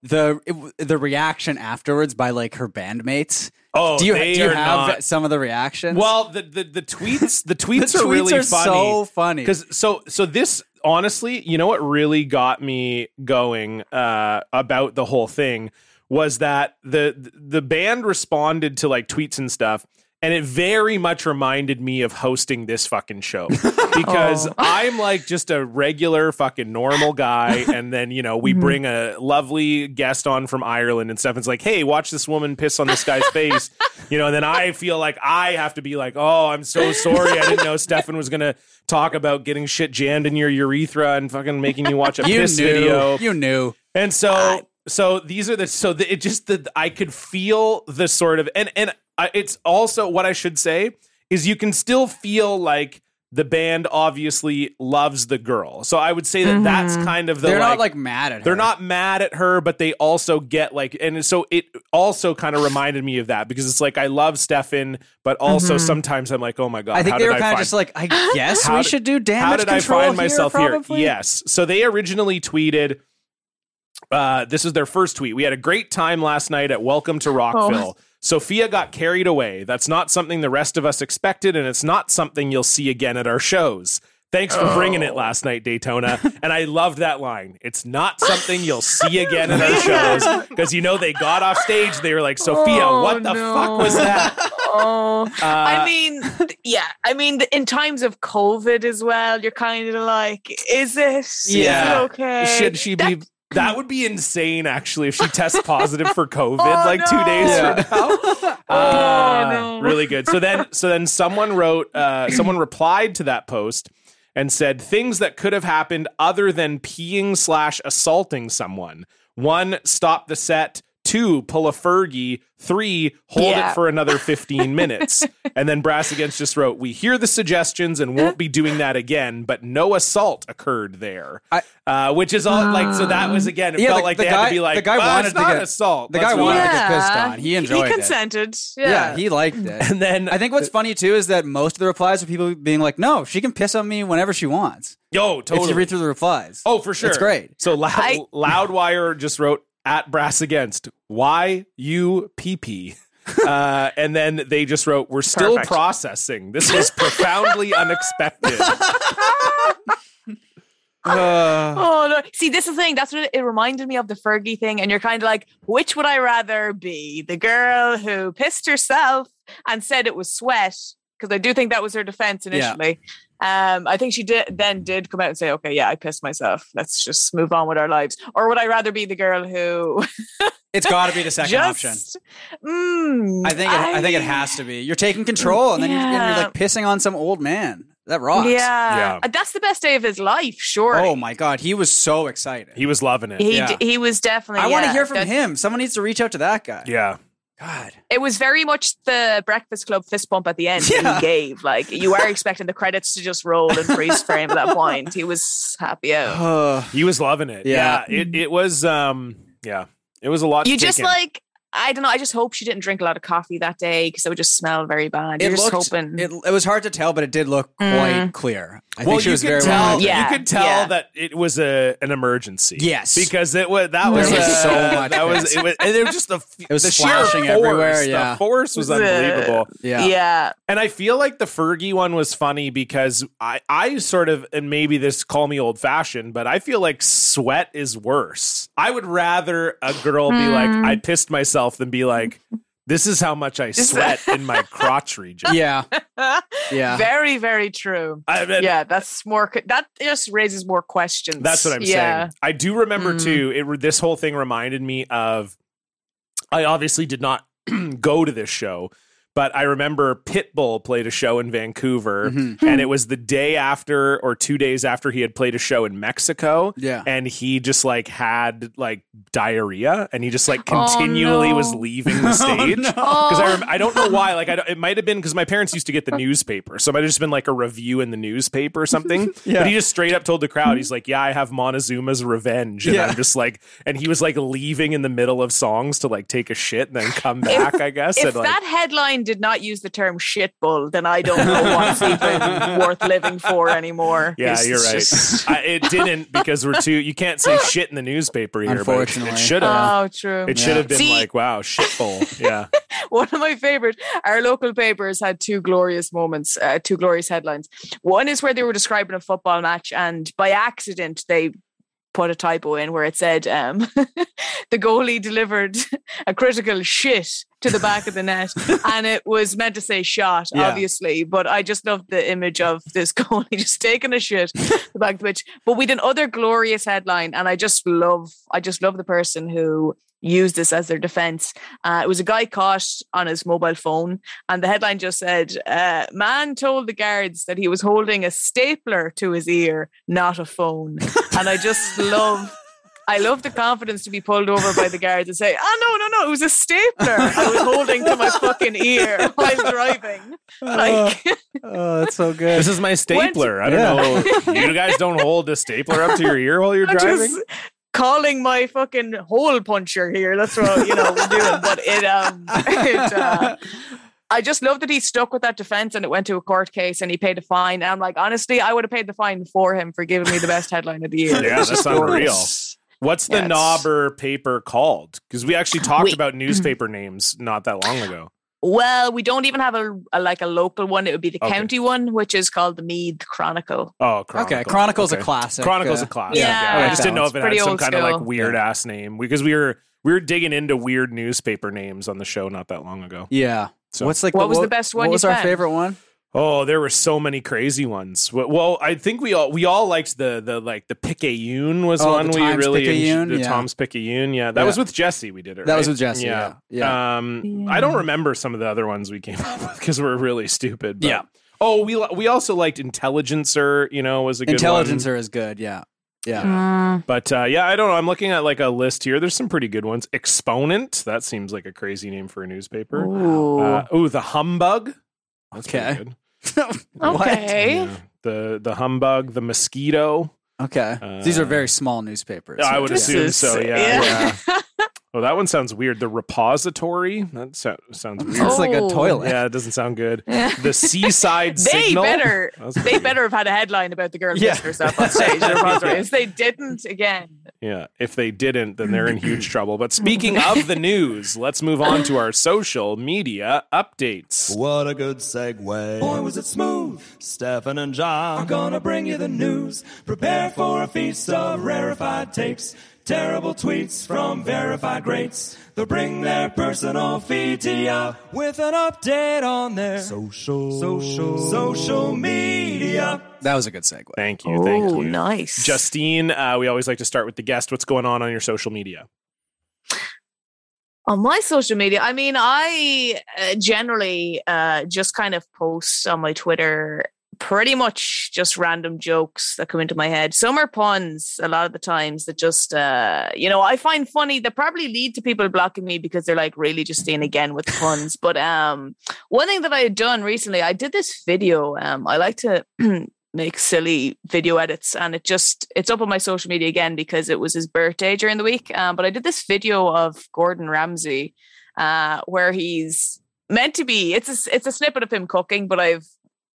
The it w- the reaction afterwards by like her bandmates. oh, do you, they do you are have not- some of the reactions? Well, the, the the tweets the the tweets tweets are really are funny. so funny. because so so this honestly you know what really got me going uh about the whole thing was that the the band responded to like tweets and stuff and it very much reminded me of hosting this fucking show because Oh. I'm like just a regular fucking normal guy. And then, you know, we Mhm. bring a lovely guest on from Ireland and stuff. It's like, hey, watch this woman piss on this guy's face. You know, and then I feel like I have to be like, oh, I'm so sorry. I didn't know Stefan was going to talk about getting shit jammed in your urethra and fucking making you watch a you knew, piss video. you knew. And so, so these are the so the, it just the I could feel the sort of and and I, it's also what I should say is you can still feel like the band obviously loves the girl. So I would say that that's kind of the they're like, not like mad at her. they're not mad at her, but they also get like and so it also kind of reminded me of that because it's like I love Stefan, but also sometimes I'm like, oh my god, I think how they did were I kind of find- just like, I guess How we did- should do damage how did I control find myself here? here? probably? Yes. So they originally tweeted. Uh, this is their first tweet. We had a great time last night at Welcome to Rockville. Sophia got carried away. That's not something the rest of us expected, and it's not something you'll see again at our shows. Thanks for bringing it last night, Daytona. and I loved that line. It's not something you'll see again at our shows because you know they got off stage. They were like, Sophia, Oh, what the no. fuck was that? oh, Uh, I mean, yeah. I mean, th- in times of COVID as well, you're kind of like, is it? Yeah. Is it okay? Should she be? That- That would be insane, actually, if she tests positive for COVID Oh, like two no. days Yeah. from now. uh, Oh, no. Ah, Really good. So then, so then, someone wrote, uh, someone replied to that post and said things that could have happened other than peeing slash assaulting someone. One, stop the set. Two, pull a Fergie. Three, hold Yeah. it for another 15 minutes. And then Brass Against just wrote, We hear the suggestions and won't be doing that again, but no assault occurred there. I- Ah. uh, which is all like, so that was again, it Yeah, felt the- like the they had guy- to be like, the guy "Well, wanted it's to not get- assault. the Let's guy move wanted on." to get pissed on. He enjoyed He it. consented. Yeah. Yeah. he liked it. And then I think what's funny too is that most of the replies are people being like, "No, she can piss on me whenever she wants." Yo, If you totally. read through the replies, oh, for sure. it's great. So loud, I- Loudwire just wrote at Brass Against Y U P P. Uh, and then they just wrote, "We're still Perfect. processing. This was profoundly unexpected." Uh. Oh no! See, this is the thing. That's what it, it reminded me of the Fergie thing. And you're kind of like, which would I rather be? The girl who pissed herself and said it was sweat, because I do think that was her defense Yeah. initially. Um, I think she did then did come out and say, "Okay, yeah, I pissed myself. Let's just move on with our lives." Or would I rather be the girl who it's got to be the second option. just? Mm, I think it, I, think it has to be. You're taking control, and then you're, and Yeah. you're like pissing on some old man. That rocks. Yeah. Yeah. And that's the best day of his life. Sure. Oh my god, he was so excited. he was loving it. he yeah. d- he was definitely. I want to yeah, hear from that's- him. Someone needs to reach out to that guy. yeah, God. It was very much the Breakfast Club fist bump at the end that Yeah. he gave. Like you are expecting the credits to just roll and freeze frame at that point. He was happy out. Oh, he was loving it. Yeah. Yeah, it it was. Um, yeah, it was a lot. to You take just in. like I don't know. I just hope she didn't drink a lot of coffee that day because it would just smell very bad. You're it just looked. hoping. It, it was hard to tell, but it did look Mm. quite clear. I think she you was could very tell, well. Yeah. You could tell yeah. that it was a an emergency. Yes. because it was that was, There was uh, so much That was piss. it was and it was just the it was the sheer splashing force, everywhere, the yeah. force was Was uh, it- unbelievable. Yeah. yeah. And I feel like the Fergie one was funny because I I sort of and maybe this call me old fashioned, but I feel like sweat is worse. I would rather a girl be like Hmm. I pissed myself than be like this is how much I This- sweat in my crotch region. Yeah. Yeah. Very, very true. I mean, yeah, that's more. c- That just raises more questions. That's what I'm yeah. saying. I do remember Mm. too. It re- this whole thing reminded me of I obviously did not go to this show, but I remember Pitbull played a show in Vancouver, Mm-hmm. Hmm. and it was the day after or two days after he had played a show in Mexico. Yeah. and he just like had like diarrhea, and he just like continually Oh, no. was leaving the Oh, stage. Because Oh. I, rem- I don't know why. Like, I don't, it might have been because my parents used to get the newspaper, so it might have just been like a review in the newspaper or something. But he just straight up told the crowd, he's like, "Yeah, I have Montezuma's revenge," and Yeah. I'm just like, and he was like leaving in the middle of songs to like take a shit and then come back, I guess. If and, like, that headline did not use the term shitbull, then I don't know what's even worth living for anymore. yeah, It's you're right. just- I, it didn't because we're too. You can't say shit in the newspaper here. but it- Unfortunately. it should have. Oh, true. It should have been See- like, wow, shitful. Yeah. one of my favorite our local papers had two glorious moments uh, two glorious headlines one is where they were describing a football match and by accident they put a typo in where it said um, the goalie delivered a critical shit to the back of the net and it was meant to say shot Yeah. obviously but i just love the image of this goalie just taking a shit to the back of the pitch but we did another glorious headline and i just love i just love the person who used this as their defense uh, it was a guy caught on his mobile phone, and the headline just said, uh, "Man told the guards that he was holding a stapler to his ear, not a phone." and I just love. I love the confidence to be pulled over by the guards and say, "Oh no, no, no! It was a stapler I was holding to my fucking ear while driving." Like, oh, that's so good. This is my stapler. I don't know. You guys don't hold the stapler up to your ear while you're I'm driving. just calling my fucking hole puncher here. That's what you know we're doing. But it um it uh, I just love that he stuck with that defense and it went to a court case and he paid a fine. And I'm like, honestly, I would have paid the fine for him for giving me the best headline of the year. Yeah, that's It's just glorious. unreal. What's the Yes. knobber paper called? Because we actually talked Wait. about newspaper names not that long ago. Well, we don't even have a, a like a local one. It would be the Okay. county one, which is called the Mead Chronicle. Oh, Chronicle. okay, Chronicle's Okay. a classic. Chronicle's uh, a class. yeah. Yeah, I Yeah. just didn't know if it had Pretty some old kind of like school. weird ass name because we were we were digging into weird newspaper names on the show not that long ago. Yeah. So- What's like? What was the best one What you was our found? favorite one? Oh, there were so many crazy ones. W- Well, I think we all we all liked the the like the Picayune was Oh, one the we Times really Picayune, the yeah. Tom's Picayune. Yeah, that Yeah. was with Jesse. We did it. That was right? with Jesse, yeah. Um, I don't remember some of the other ones we came up with because we're really stupid. But. Yeah. Oh, we li- we also liked Intelligencer. You know, was a good Intelligencer is good. Yeah. Yeah. one. But uh, yeah, I don't know. I'm looking at like a list here. There's some pretty good ones. Exponent. That seems like a crazy name for a newspaper. Ooh. Uh, ooh, the Humbug. That's pretty Okay. good. okay. Yeah. The the humbug, the mosquito. Okay. Uh, These are very small newspapers. I would This assume is- so. Yeah. yeah. yeah. well, that one sounds weird. The repository. That so- sounds It's weird. like a Oh. toilet. Yeah, it doesn't sound good. Yeah. The seaside They signal. better- That was They pretty better have had a headline about the girl Yeah. pissing herself on stage. in a repository. If they didn't, again, good. Yeah. If they didn't, then they're in huge trouble. But speaking of the news, let's move on to our social media updates. What a good segue. Boy, was it smooth. Stefan and John are gonna bring you the news. Prepare for a feast of rarefied takes. Terrible tweets from verified greats. They'll bring their personal feed to ya with an update on their social, social, social media. That was a good segue. Thank you. Thank oh, you. nice. Justine, uh, we always like to start with the guest. What's going on on your social media? on my social media i mean i uh, generally uh, just kind of post on my twitter pretty much just random jokes that come into my head some are puns a lot of the times that just uh, you know i find funny that probably lead to people blocking me because they're like really just staying again with the puns but um one thing that i had done recently i did this video um i like to make silly video edits and it just it's up on my social media again because it was his birthday during the week um, but i did this video of gordon ramsay uh, where he's meant to be it's a, s- it's a snippet of him cooking but i've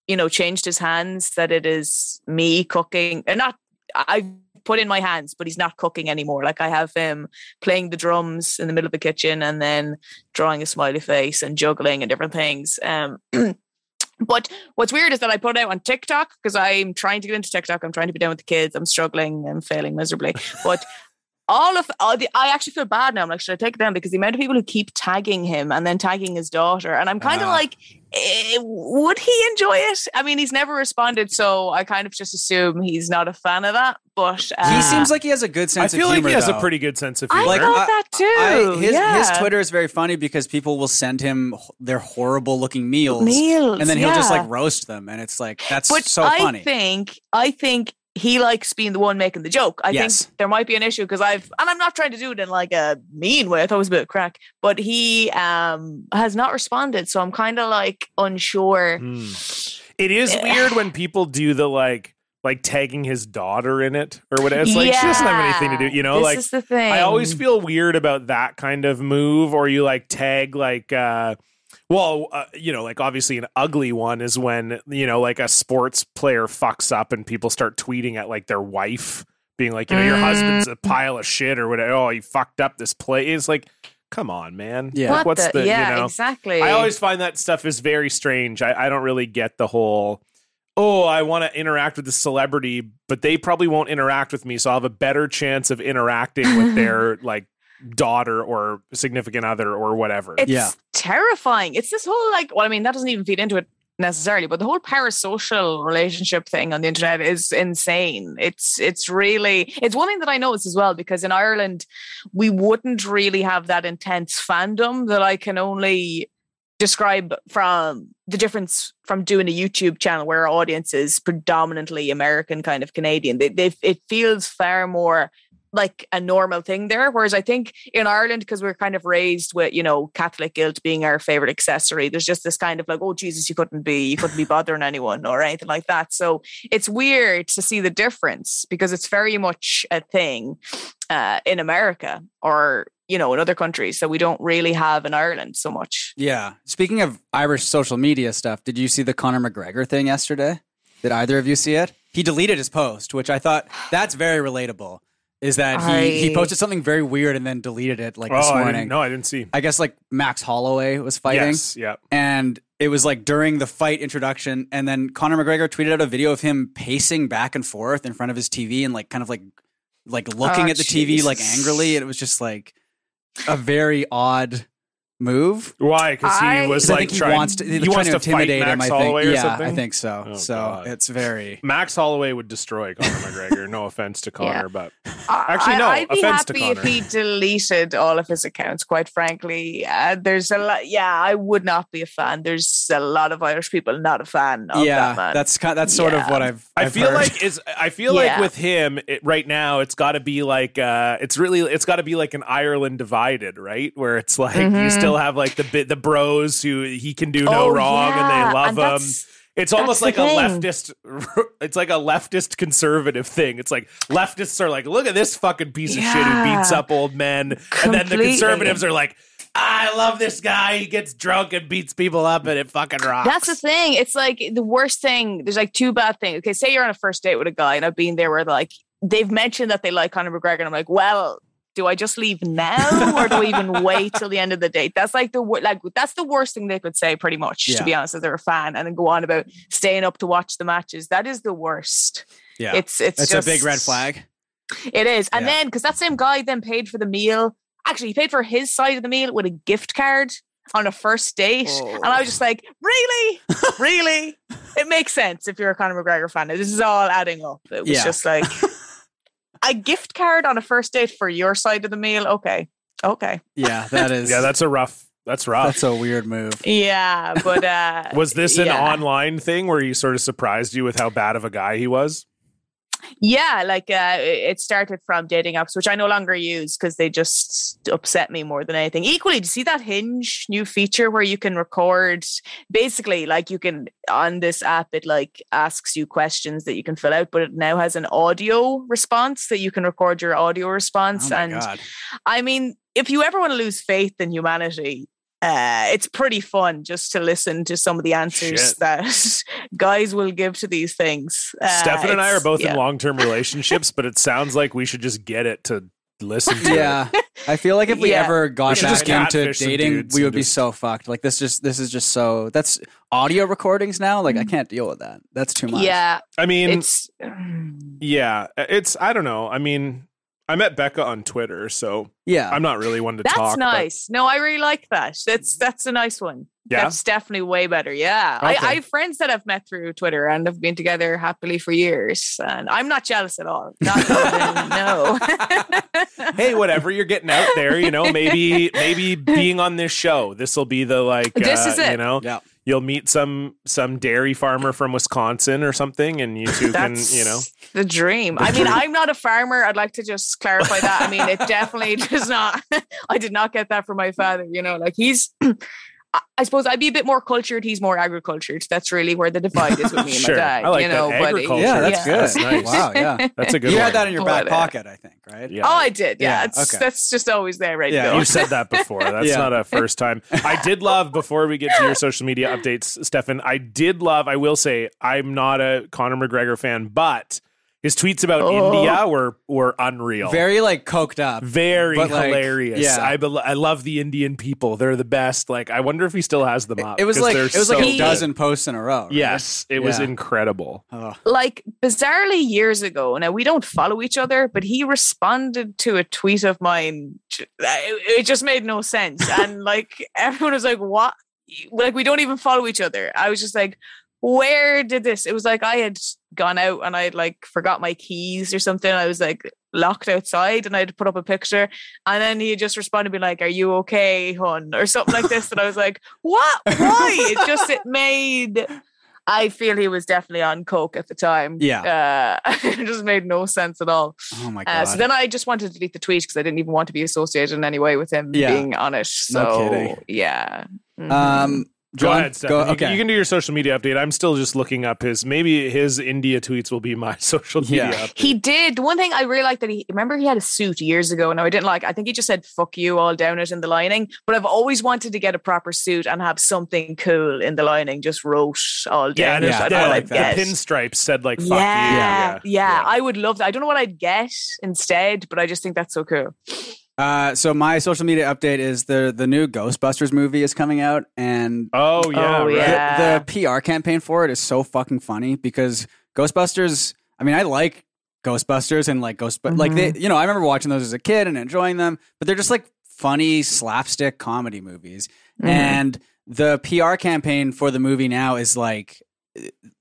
you know changed his hands that it is me cooking and not I- i've put in my hands but he's not cooking anymore like i have him playing the drums in the middle of the kitchen and then drawing a smiley face and juggling and different things um but what's weird is that I put it out on TikTok because I'm trying to get into TikTok. I'm trying to be down with the kids. I'm struggling and failing miserably. But all of all the, I actually feel bad now. I'm like, should I take it down? Because the amount of people who keep tagging him and then tagging his daughter, and I'm kind of Ah. like, eh, would he enjoy it? I mean, he's never responded, so I kind of just assume he's not a fan of that. But uh, he seems like he has a good I sense. feel of like humor, he has a though. pretty good sense of I humor. thought that too. his, yeah. his Twitter is very funny because people will send him h- their horrible looking meals, Meals, and then he'll just yeah. like roast them, and it's like that's but so I funny. think I think he likes being the one making the joke. I Yes. think there might be an issue because I've and I'm not trying to do it in like a mean way. I thought it was a bit of crack, but he um has not responded, so I'm kind of like unsure. Hmm. It is weird when people do the like like tagging his daughter in it or whatever. It's like she doesn't have anything to do, you know. This like is the thing. I always feel weird about that kind of move, or you like tag like, uh, well, uh, you know, like obviously an ugly one is when you know, like a sports player fucks up and people start tweeting at like their wife, being like, you know, your Mm. husband's a pile of shit or whatever. Oh, you fucked up this play. It's like, come on, man. Yeah. Like, What what's the, yeah you know? exactly. I always find that stuff is very strange. I, I don't really get the whole. Oh, I want to interact with the celebrity, but they probably won't interact with me, so I'll have a better chance of interacting with their like daughter or significant other or whatever. It's Yeah. terrifying. It's this whole like, well, I mean, that doesn't even feed into it necessarily, but the whole parasocial relationship thing on the internet is insane. It's it's really it's one thing that I notice as well because in Ireland we wouldn't really have that intense fandom that I can only describe from the difference from doing a YouTube channel where our audience is predominantly American, kind of Canadian. They, they it feels far more like a normal thing there. Whereas I think in Ireland, because we're kind of raised with you know Catholic guilt being our favorite accessory, there's just this kind of like, oh Jesus, you couldn't be you couldn't be bothering anyone or anything like that. So it's weird to see the difference because it's very much a thing uh, in America or you know in other countries that we don't really have in Ireland so much. yeah. Speaking of Irish social media stuff, did you see the Conor McGregor thing yesterday? Did either of you see it? He deleted his post, which I thought that's very relatable. Is that he, he I- posted something very weird and then deleted it like oh, this I morning? didn't, no, I didn't see. I guess like Max Holloway was fighting. Yes, yeah. and it was like during the fight introduction and then conor mcgregor tweeted out a video of him pacing back and forth in front of his tv and like kind of like like looking Oh, at the tv like Jesus. angrily and it was just like a very odd move Why? Because I- he was 'Cause like i think he trying, wants to he they're trying wants to fight intimidate him Max i think Holloway or yeah something. i think so Oh, so God. it's very Max Holloway would destroy Conor McGregor. No offense to Conor, Yeah. but I- Actually, I- no, I'd be offense to happy if Connor. he deleted all of his accounts. Quite frankly, uh, there's a lot. Yeah, I would not be a fan. There's a lot of Irish people not a fan of yeah that man. that's kind that's sort of Yeah. what i've, I I've feel heard. like is I feel like Yeah. with him it, right now it's got to be like uh it's really it's got to be like an Ireland divided right where it's like you Mhm. still have like the bit the bros who he can do no Oh, wrong yeah, and they love him that's- it's almost like that's a the thing. leftist it's like a leftist conservative thing it's like leftists are like look at this fucking piece of shit who Yeah. beats up old men and then the Completely. conservatives are like I love this guy he gets drunk and beats people up and it fucking rocks That's the thing. It's like the worst thing. There's like two bad things. Okay, say you're on a first date with a guy, and I've been there where like they've mentioned that they like Conor McGregor, and I'm like, well, do I just leave now or do I even wait till the end of the date? That's like the wor- like that's the worst thing they could say, pretty much, Yeah. to be honest, if they're a fan, and then go on about staying up to watch the matches. That is the worst. yeah it's, It's it's a big just- red flag It is, and Yeah. then because that same guy then paid for the meal. Actually, he paid for his side of the meal with a gift card on a first date, and I was Oh. just like, really, really. It makes sense if you're a Conor McGregor fan. This is all adding up. It was Yeah. just like a gift card on a first date for your side of the meal. Okay, okay, yeah that is yeah that's a rough that's rough that's a weird move yeah, but uh, Was this an yeah. online thing where he sort of surprised you with how bad of a guy he was? Yeah, like uh, it it started from dating apps, which I no longer use because they just upset me more than anything. Equally, do you see that Hinge new feature where you can record? Basically, like you can on this app, it like asks you questions that you can fill out, but it now has an audio response that you can record your audio oh response. my and god I mean, if you ever want to lose faith in humanity. Uh, it's pretty fun just to listen to some of the answers Shit. that guys will give to these things. Uh, Stefan and I are it's- both yeah. in long term relationships, but it sounds like we should just get it to listen to. yeah i feel like if we Yeah. ever got We should back just into catfish some dating dudes we and would be just- so fucked like this just this is just so that's audio recordings now like i can't deal with that that's too much Yeah, I mean, it's yeah, it's, I don't know. I mean, I met Becca on Twitter, so Yeah. I'm not really one to Oh. That's talk. but- Mm. nice. No, I really like that. That's that's a nice one. Yeah? That's definitely way better. Yeah. Okay. I, I have friends that I've met through Twitter and have been together happily for years. And I'm not jealous at all. Not even, no. hey, whatever you're getting out there, you know, maybe maybe being on this show, this will be the like, This uh, is it. you know, Yeah. you'll meet some some dairy farmer from Wisconsin or something, and you two can, That's you know, the dream. I mean, I'm not a farmer. I'd like to just clarify that. I mean, it definitely does not. I did not get that from my father. You know, like he's. I- I suppose I'd be a bit more cultured. He's more agricultured. That's really where the divide is with me and sure, my dad. I like you know, that but- agriculture. Yeah, that's good. That's nice. Wow, yeah. That's a good. you one. had that in your back Whatever. pocket, I think, right? Yeah. Oh, I did. Yeah, Yeah, it's okay. that's just always there, right? Yeah. Yeah, Oh. You've said that before. That's Yeah. not a first time. I did love before we get to your social media updates, Stefan. I did love. I will say I'm not a Conor McGregor fan, but his tweets about Oh. India were were unreal. Very like coked up. Very But, like, hilarious. yeah. I bel I love the Indian people. They're the best. Like I wonder if he still has them up. It was 'cause like they're it was so like a good. dozen posts in a row. right? Yes, it was Yeah. incredible. Oh. like bizarrely years ago. Now we don't follow each other, but he responded to a tweet of mine. j- It it just made no sense, and like everyone was like, "What?" Like we don't even follow each other. I was just like, "Where did this?" It was like I had gone out and I had like forgot my keys or something. I was like locked outside, and I had put up a picture, and then he had just responded, "Be like, are you okay, hon?" or something like this. And I was like, "What? Why?" It just it made. I feel he was definitely on coke at the time. Yeah, uh, it just made no sense at all. Oh my god. Uh, so then I just wanted to delete the tweet because I didn't even want to be associated in any way with him Yeah. being on it. So No kidding. yeah. Mhm. um Go John, ahead, Stefan. You can- okay. you, can do your social media update. I'm still just looking up his. Maybe his India tweets will be my social media. Yeah. update. he did one thing I really liked that he remember he had a suit years ago. No, I didn't like. I think he just said "fuck you" all down it in the lining. But I've always wanted to get a proper suit and have something cool in the lining, just wrote all Yeah, down and it. it's- I Yeah, don't yeah, know, like I'd the guess. pinstripes said like "fuck you." yeah, yeah, yeah. I would love that. I don't know what I'd get instead, but I just think that's so cool. Uh, so my social media update is the the new Ghostbusters movie is coming out, and Oh yeah, Oh, right. yeah. the, the PR campaign for it is so fucking funny because Ghostbusters. I mean, I like Ghostbusters and like Ghost, like they, Mm-hmm. you know, I remember watching those as a kid and enjoying them, but they're just like funny slapstick comedy movies. Mm-hmm. And the PR campaign for the movie now is like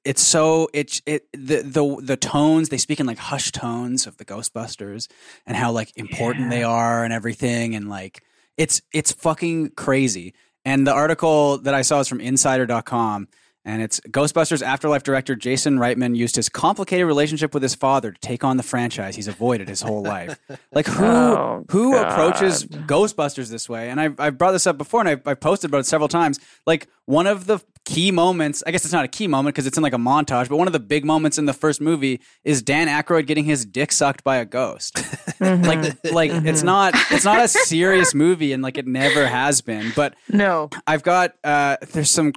it's so it it the the the tones they speak in like hushed tones of the Ghostbusters and how like important they are and everything and like it's it's fucking crazy. And the article that I saw is from insider.com and it's Ghostbusters Afterlife director Jason Reitman used his complicated relationship with his father to take on the franchise he's avoided his whole life. Like who Oh, who approaches Ghostbusters this way? And I've, I've brought this up before and I've, I've posted about it several times. Like one of the key moments, I guess it's not a key moment because it's in like a montage, but one of the big moments in the first movie is Dan Aykroyd getting his dick sucked by a ghost. like like it's not it's not a serious movie and like it never has been. But No. I've got uh, there's some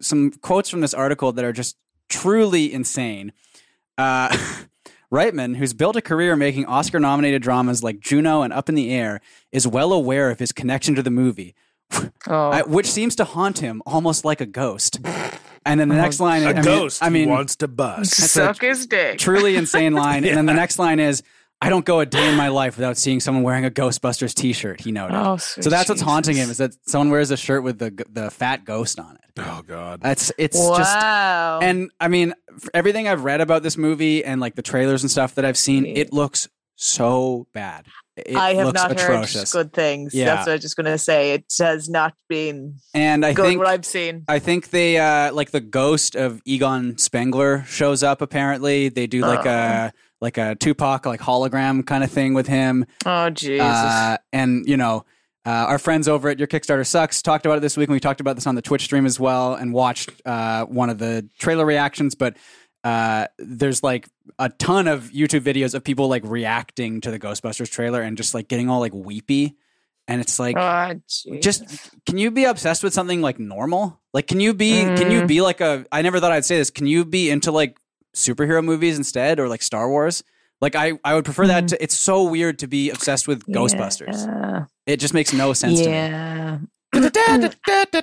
some quotes from this article that are just truly insane. Uh, Reitman, who's built a career making Oscar nominated dramas like Juno and Up in the Air, is well aware of his connection to the movie, Oh. uh, which seems to haunt him almost like a ghost. And then the next line, A I mean- ghost. I mean, wants to bust. Suck his dick. truly insane line. And then the next line is, "I don't go a day in my life without seeing someone wearing a Ghostbusters T-shirt." He noted. Oh, so sweet that's what's haunting Jesus. him is that someone wears a shirt with the g- the fat ghost on it. Oh god. That's it's just wow. and I mean, f- everything I've read about this movie and like the trailers and stuff that I've seen, it looks so bad. It I have looks not atrocious. heard good things. Yeah. That's what I'm just gonna say. It has not been And I good think what I've seen. I think they uh, like the ghost of Egon Spengler shows up. Apparently, they do like Uh-huh. a like a Tupac like hologram kind of thing with him. Oh Jesus. Uh, and you know, uh, our friends over at Your Kickstarter Sucks talked about it this week, and we talked about this on the Twitch stream as well, and watched uh, one of the trailer reactions. But uh, there's like a ton of YouTube videos of people like reacting to the Ghostbusters trailer and just like getting all like weepy, and it's like. oh, Jesus. just can you be obsessed with something like normal? Like can you be can Mm. you be like a I never thought I'd say this. Can you be into like superhero movies instead or like Star Wars? Like I I would prefer that to it's so weird to be obsessed with Mm. Ghostbusters. Yeah. It just makes no sense yeah. to me.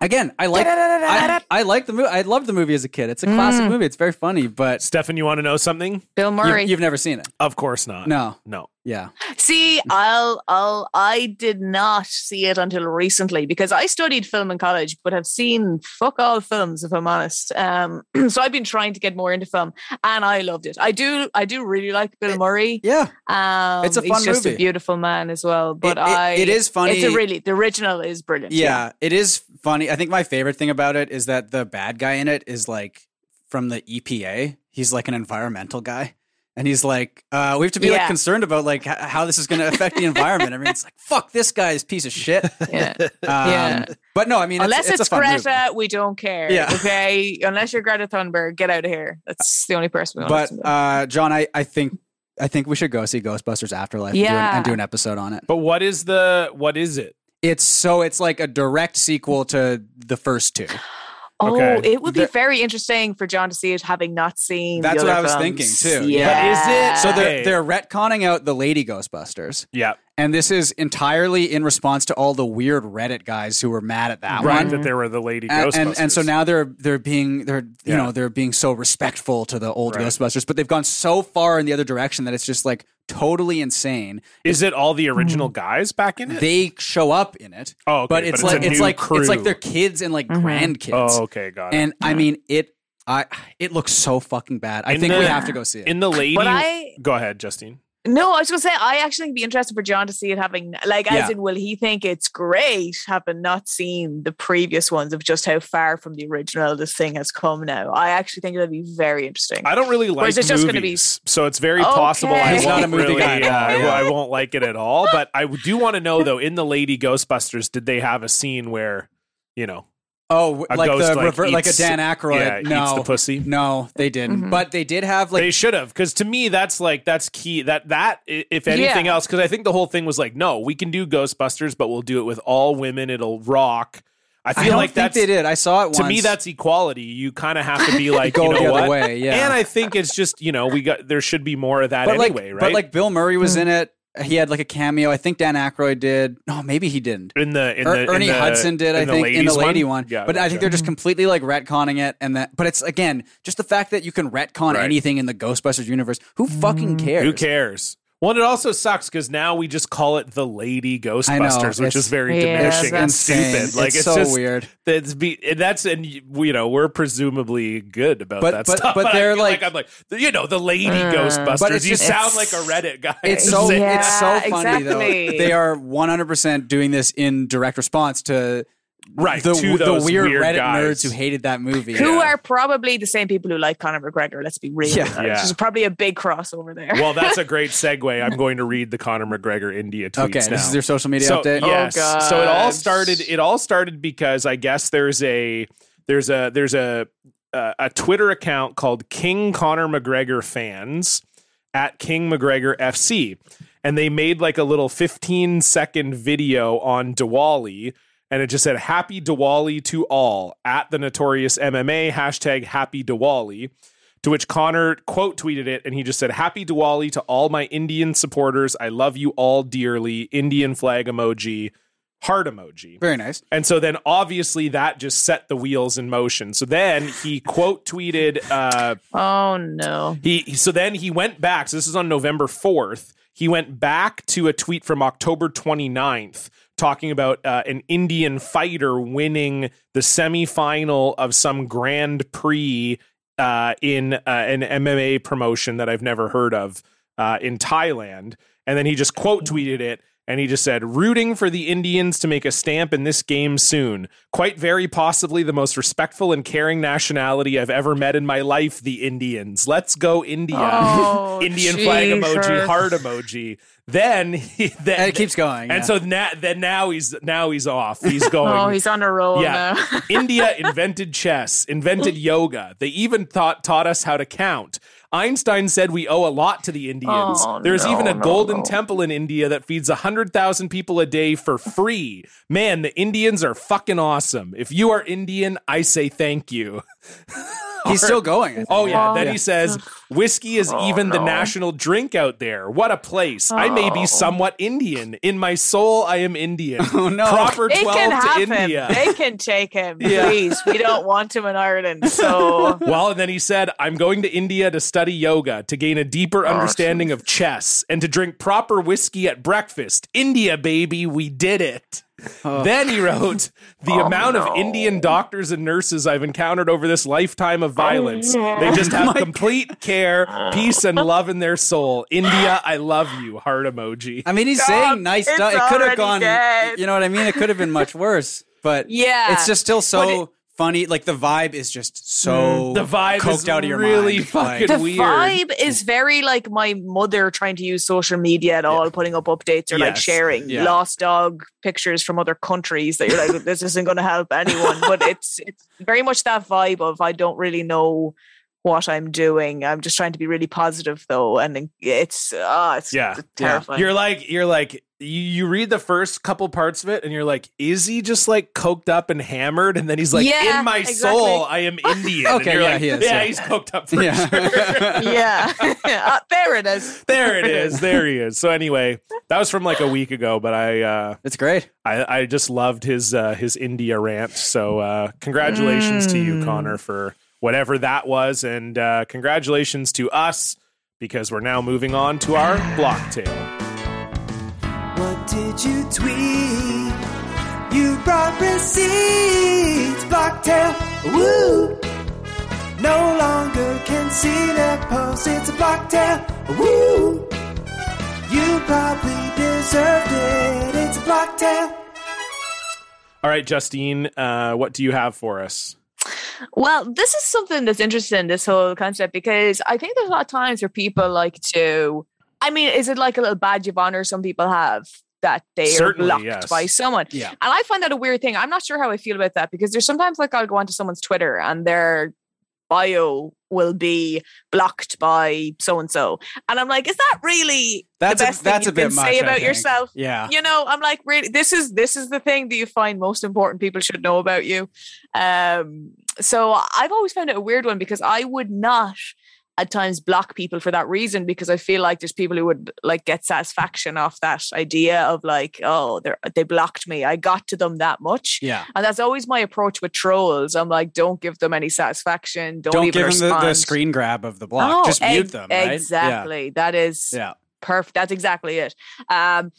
Again, I like I, I like the movie. I loved the movie as a kid. It's a classic Mm. movie. It's very funny, but Stefan, you want to know something? Bill you, Murray. you've never seen it. Uh. Of course not. No. No. Yeah. See, I'll, I'll, I did not see it until recently because I studied film in college, but have seen fuck all films, if I'm honest. Um, so I've been trying to get more into film, and I loved it. I do, I do really like Bill Murray. Yeah. Um, It's a he's fun just movie. a beautiful man as well. But It- it- I, it is funny. It's a really the original is brilliant. Yeah, it is funny. I think my favorite thing about it is that the bad guy in it is like from the EPA. He's like an environmental guy. And he's like, uh, we have to be like Yeah. concerned about like h- how this is going to affect the environment. Everyone's like, fuck this guy's piece of shit. yeah. Um, Yeah. But no, I mean, Unless it's, it's, a fun movie. Greta, we don't care. Yeah. Okay. Unless you're Greta Thunberg, get out of here. That's the only person. We But want to uh, John, I, I think I think we should go see Ghostbusters Afterlife and, do an, Yeah. and do an episode on it. But what is the what is it? It's so it's like a direct sequel to the first two. oh, okay. it would be There- very interesting for John to see it, having not seen. the That's what other I was films. thinking, too. Yeah. Yeah. But is it- So they're Okay. they're retconning out the Lady Ghostbusters. Yeah, And this is entirely in response to all the weird Reddit guys who were mad at that right. one. That there were the lady And, Ghostbusters, and and so now they're they're being they're you Yeah. know they're being so respectful to the old Right. Ghostbusters, but they've gone so far in the other direction that it's just like totally insane. is it all the original guys back in it? Hmm. They show up in it, oh, okay, but it's a like it's new like crew. it's like their kids and like grandkids. Oh, okay, got it. And I mean it. I it looks so fucking bad. I In think we the- have to go see it. in the lady, But I, go ahead, Justine. no, I was going to say, I actually would be interested for John to see it having, like, Yeah. as in, will he think it's great having not seen the previous ones of just how far from the original this thing has come now? I actually think that'd be very interesting. I don't really like is it just gonna be- movies, so it's very possible I Okay. He's won't not a movie really, guy at uh, all, yeah. I won't like it at all. But I do want to know though. In the Lady Ghostbusters, did they have a scene where you know oh, a like ghost, the like, rever- like a eats- Dan yeah, Aykroyd. eats no, the pussy? no, they didn't. Mhm. But they did have like they should have because to me that's like that's key that that i- if anything Yeah. else because i think the whole thing was like no we can do ghostbusters but we'll do it with all women it'll rock i feel I don't like think that's they did. I saw it to once. me that's equality you kind of have to be like go you know the what other way. Yeah, and i think it's just you know we got there should be more of that but like, anyway right Hmm. but like Bill Murray was in it. He had like a cameo. I think Dan Aykroyd did. No, maybe he didn't. in the in Er- the in Ernie the- Hudson did, I the think, in the ladies lady one. Yeah, Hmm. but I gotcha. think they're just completely like retconning it, and that. But it's again just the fact that you can retcon Right. anything in the Ghostbusters universe. Who fucking Hmm. cares? who cares well, and it also sucks because now we just call it the Lady Ghostbusters, which it's- is very Yeah, diminishing and that's insane. stupid. Like it's, it's, so just, weird. That's be and that's and you you know we're presumably good about But- that but- stuff. but I they're feel like- I'm like you know the lady Mm. Ghostbusters. But it's you just- sound like it's- a Reddit guy. It's so Yeah, it's so funny though. exactly. They are 100% doing this in direct response to right the, to the those weird, Reddit guys. nerds who hated that movie. who are probably the same people who like Conor McGregor. Let's be real. Yeah. Yeah. Yeah. There's probably a big crossover there. Well, that's a great segue. I'm going to read the Conor McGregor India tweets Okay, now. this is their social media so, update. Yes. Oh, So it all God. started. It all started because I guess there's a there's a there's a uh, a Twitter account called King Connor McGregor fans at King McGregor FC, and they made like a little 15 second video on Diwali. And it just said "Happy Diwali to all" at the notorious MMA hashtag Happy Diwali. To which Connor quote tweeted it and he just said, Happy Diwali to all my Indian supporters. I love you all dearly. Indian flag emoji, heart emoji. Very nice. And so then obviously that just set the wheels in motion. So then he quote tweeted, uh, oh no. he so then he went back. So this is on November 4th. He went back to a tweet from October 29th talking about uh, an Indian fighter winning the semifinal of some Grand Prix uh, in uh, an MMA promotion that I've never heard of uh, in Thailand. And then he just quote Mm. tweeted it and he just said, rooting for the Indians to make a stamp in this game soon. Quite very possibly the most respectful and caring nationality I've ever met in my life, the Indians. Let's go, India. Oh, Indian flag emoji, Jesus. heart emoji. Then, he, then And it keeps going. And yeah. so now, then now he's now he's off. He's going. Oh, he's on a roll Yeah. now. India invented chess, invented yoga. They even thought, taught us how to count. Einstein said we owe a lot to the Indians. Oh, There's no, even a no, golden no. temple in India that feeds 100,000 people a day for free. Man, the Indians are fucking awesome. If you are Indian, I say thank you. he's still going. I think. Oh, yeah. Oh, then yeah. he says, Whiskey is Oh, even the no. national drink out there. What a place. I may be Oh. somewhat Indian. In my soul, I am Indian. Oh, no. Proper They 12 can to have India. him. They can take him. Yeah. Please, we don't want him in Ireland. So Well, and then he said, I'm going to India to study yoga, to gain a deeper understanding of chess, and to drink proper whiskey at breakfast. India, baby, we did it. Oh. Then he wrote, The amount of Indian doctors and nurses I've encountered over this lifetime Oh, of violence. They just have complete care, peace, and love in their soul. India, I love you. Heart emoji. I mean, he's saying nice it's stuff. It could already have gone. dead. You know what I mean? It could have been much worse. But Yeah. it's just still so But Mm, funny. Like the vibe is just so The vibe coked is out of your really mind. fucking- Like, the weird. vibe is very like my mother trying to use social media at all, putting up updates or like Yes. sharing Yeah. lost dog pictures from other countries that you're like, this isn't going to help anyone. But it's it's very much that vibe of I don't really know what I'm doing. I'm just trying to be really positive though, and it's ah, it's Yeah. terrifying. You're like, you're like, you, you read the first couple parts of it, and you're like, is he just like coked up and hammered? And then he's like, Yeah, in my exactly. soul, I am Indian. And Okay, you're yeah, like, he is, Yeah, yeah. he's coked up for Yeah. sure. yeah, Ah, there it is. there it is. There he is. So anyway, that was from like a week ago, but I, uh, it's great. I, I just loved his uh, his India rant. So uh, congratulations to you, Mm. Connor, for whatever that was, and uh, congratulations to us because we're now moving on to our block tale. What did you tweet? You brought receipts, Blocktail. Woo! No longer can see the post. It's a Blocktail. Woo! You probably deserved it. It's a Blocktail. All right, Justine, uh, what do you have for us? Well, this is something that's interesting, this whole concept, because I think there's a lot of times where people like to, I mean, is it like a little badge of honor some people have that they Certainly, are blocked yes. by someone? Yeah. And I find that a weird thing. I'm not sure how I feel about that because there's sometimes like I'll go onto someone's Twitter and their bio will be blocked by so and so. And I'm like, is that really That's the a, best that's thing a you bit can much. say I about think. yourself? Yeah. you know i'm like really this is this is the thing that you find most important people should know about you um so i've always found it a weird one because i would not at times block people for that reason because i feel like there's people who would like get satisfaction off that idea of like oh they they blocked me i got to them that much Yeah. and that's always my approach with trolls i'm like don't give them any satisfaction don't, Don't, even give them the, the respond. screen grab of the block. Oh, Just mute ex- them. Right? Exactly. That is Yeah. perfect. That's exactly it. Um,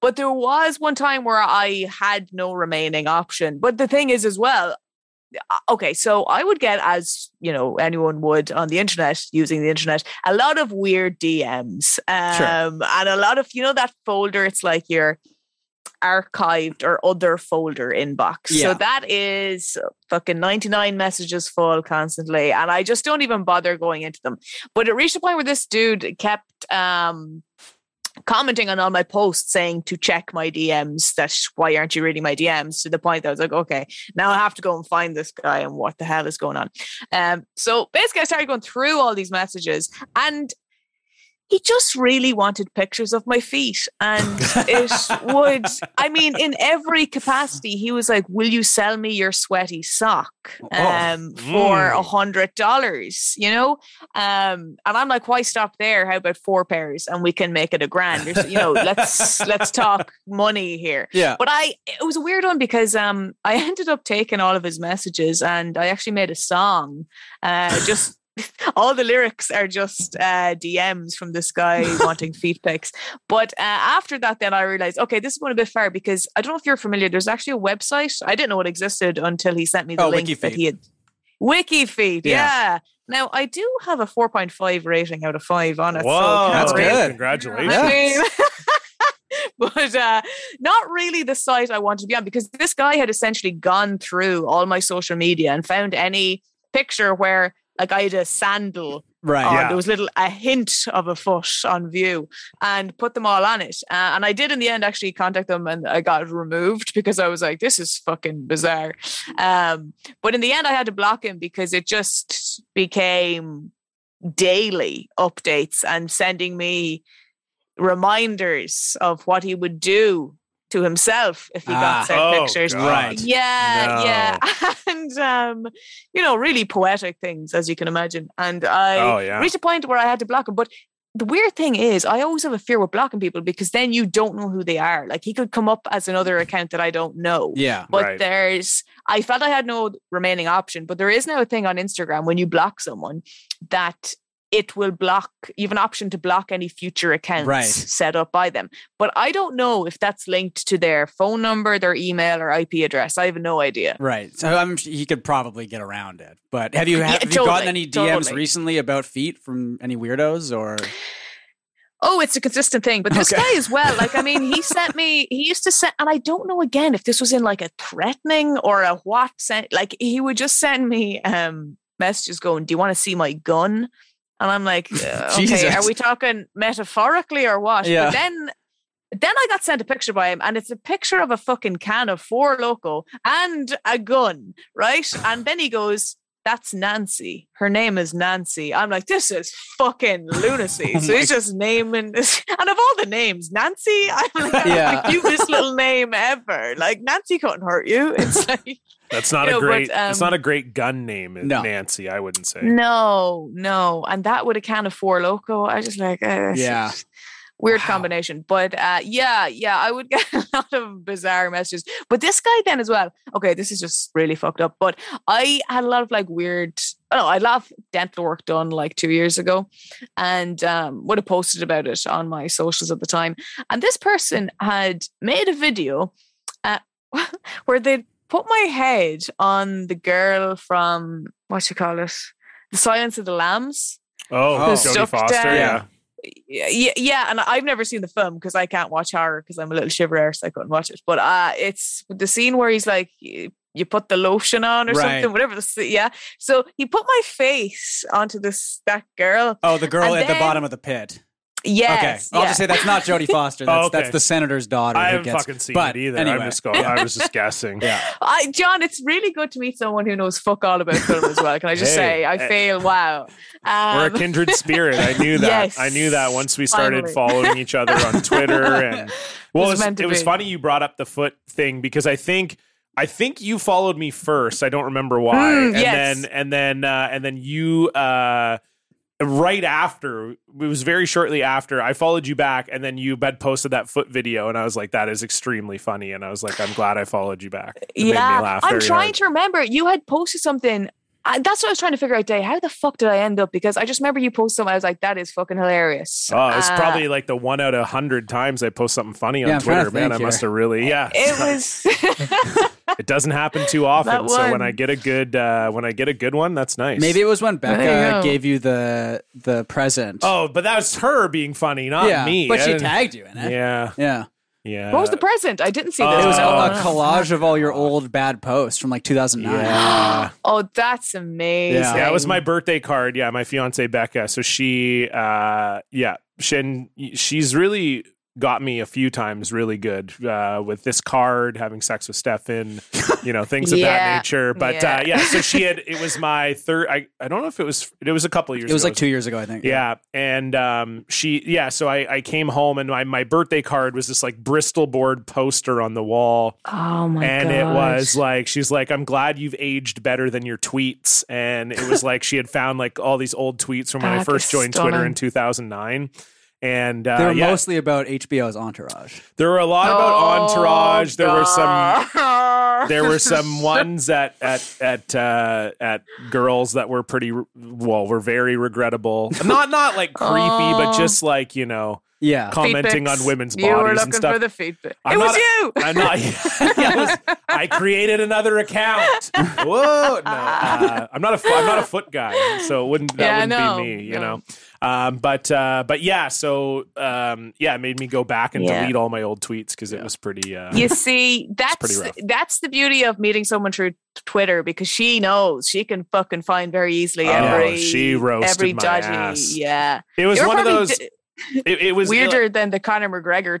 but there was one time where I had no remaining option. But the thing is, as well, uh, okay, so I would get, as you know, anyone would on the internet using the internet, a lot of weird DMs, um, and a lot of you know that folder. It's like your archived or other folder inbox. Yeah. So that is fucking 99 messages full constantly. And I just don't even bother going into them. But it reached a point where this dude kept um commenting on all my posts saying to check my DMs that why aren't you reading my DMs to the point that I was like, okay, now I have to go and find this guy and what the hell is going on. Um so basically I started going through all these messages and he just really wanted pictures of my feet. And it would, I mean, in every capacity, he was like, Will you sell me your sweaty sock um, for a hundred dollars? You know? Um, and I'm like, why stop there? How about four pairs and we can make it a grand? Or, so- you know, let's let's talk money here. Yeah. But I it was a weird one because um I ended up taking all of his messages and I actually made a song. Uh just all the lyrics are just uh DMs from this guy wanting feet pics. But uh, after that then I realized okay this is going a bit far because I don't know if you're familiar there's actually a website I didn't know it existed until he sent me the Oh, link that WikiFeed. he had WikiFeed. Yeah. Yeah. Now I do have a 4.5 rating out of 5 on it. Whoa, so that's kinda- good. Congratulations. I mean, but uh, not really the site I wanted to be on because this guy had essentially gone through all my social media and found any picture where like I had a sandal Right. on yeah. there was little a hint of a foot on view and put them all on it uh, and I did in the end actually contact them and I got removed because I was like this is fucking bizarre um but in the end I had to block him because it just became daily updates and sending me reminders of what he would do to himself if he Ah, got said oh, pictures. God. Right. Yeah, No. yeah. And um, you know, really poetic things as you can imagine. And I Oh, yeah. reached a point where I had to block him. But the weird thing is I always have a fear with blocking people because then you don't know who they are. Like he could come up as another account that I don't know. Yeah. But Right. there's, I felt I had no remaining option, but there is now a thing on Instagram when you block someone that it will block, you have an option to block any future accounts Right. set up by them. But I don't know if that's linked to their phone number, their email, or IP address. I have no idea. Right. So I'm sure he could probably get around it. But have you, have, Yeah, you gotten totally, any DMs totally. recently about feet from any weirdos or? Oh, it's a consistent thing. But this Okay. guy as well, like, I mean, he sent me, he used to send, and I don't know again if this was in like a threatening or a what sent, like, he would just send me um messages going, Do you want to see my gun? And I'm like, "Uh, Okay, are Jesus. we talking metaphorically or what? Yeah. But then, then I got sent a picture by him, and it's a picture of a fucking can of Four Loco and a gun, right? And then he goes, that's Nancy. Her name is Nancy. I'm like, this is fucking lunacy. Oh so he's just naming this. And of all the names, Nancy, I'm like, Yeah. that's the cutest little name ever. Like, Nancy couldn't hurt you. It's like, That's not You a know, but, great. that's um, Mm. not a great gun name, No. Nancy. I wouldn't say. no, no. And that would a can of four loco. I was just like, eh, it's Yeah. just Weird Wow. combination, but uh, yeah, yeah, I would get a lot of bizarre messages. But this guy then as well. Okay, this is just really fucked up. But I had a lot of like weird. Oh, I had a lot of dental work done like two years ago, and um, would have posted about it on my socials at the time. And this person had made a video uh, where they put my head on the girl from what you call it, The Silence of the Lambs. Oh, Oh. Jodie Stuffed Foster. down. Yeah. Yeah, yeah, and I've never seen the film because I can't watch horror because I'm a little shiverer, so I couldn't watch it. But uh, it's the scene where he's like, you you put the lotion on or Right. something, whatever. The s- yeah, so he put my face onto this that girl. Oh, the girl And at the then- bottom of the pit. Yes, okay. I'll yeah. just say that's not Jodie Foster. That's, okay. that's the senator's daughter. I who haven't gets- fucking seen but it either. Anyway, I'm just going. I was just guessing. Yeah. I, John, it's really good to meet someone who knows fuck all about film as well. Can I just Hey, say, I hey. eh fail. Wow, We're um, a kindred spirit. I knew that. Yes. I knew that once we started Finally. following each other on Twitter and well, Was it was, meant to it was be. funny you brought up the foot thing because I think I think you followed me first. I don't remember why. Mm, and yes. then and then uh, and then you uh, right after it was very shortly after I followed you back and then you had posted that foot video and I was like that is extremely funny and I was like I'm glad I followed you back. It made me laugh I'm very trying hard. to remember. You had posted something. I, that's what I was trying to figure out today. How the fuck did I end up? Because I just remember you posted something. I was like, that is fucking hilarious. Oh, it's Uh, probably like the one out of a hundred times I post something funny on Yeah, I'm trying Twitter, to man. think I here. must have really, yeah. It was. It doesn't happen too often. That So when one. I get a good, uh, when I get a good one, that's nice. Maybe it was when There you Becca go. gave you the the present. Oh, but that was her being funny, not yeah, me. But I she didn't- tagged you in it. Yeah, Yeah. yeah. what was the present? I didn't see Oh, this. It was one. Uh, a collage of all your old bad posts from like 2009. Yeah. oh, that's amazing. Yeah, Yeah, it was my birthday card. Yeah, my fiance Becca. So she, uh, yeah, she, and she's really got me a few times really good uh, with this card, having sex with Stefan, you know, things of Yeah, that nature. But yeah. Uh, yeah, so she had, it was my third, I, I don't know if it was, it was a couple of years It was ago. like two years ago, I think. Yeah. And um, she, yeah, so I, I came home and my, my birthday card was this like Bristol board poster on the wall Oh my and it God. was like she's like i'm glad you've aged better than your tweets and it was like she had found like all these old tweets from when i That first is joined twitter in stunning. 2009 and They uh, were yeah, mostly about HBO's Entourage. there were a lot about Oh, entourage there were some God. there were some ones at at at uh, at girls that were pretty re- well were very regrettable not not like creepy but Oh. just like you know Yeah. commenting Feedbacks. on women's You were bodies looking and stuff for the feedback. I'm it was not- you. I'm not. Yeah, it was- I created another account. Whoa! No, uh, I'm not a fo- I'm not a foot guy, so it wouldn't that Yeah, wouldn't no, be me, you no. know. Um, but uh, but yeah, so um, yeah, it made me go back and Yeah. delete all my old tweets because it was pretty. Uh, you see pretty that's rough. that's the beauty of meeting someone through twitter because she knows she can fucking find very easily Oh, every she roasted every my dodgy ass. yeah It was You were one of probably those. d- It, it was Weirder than the Conor McGregor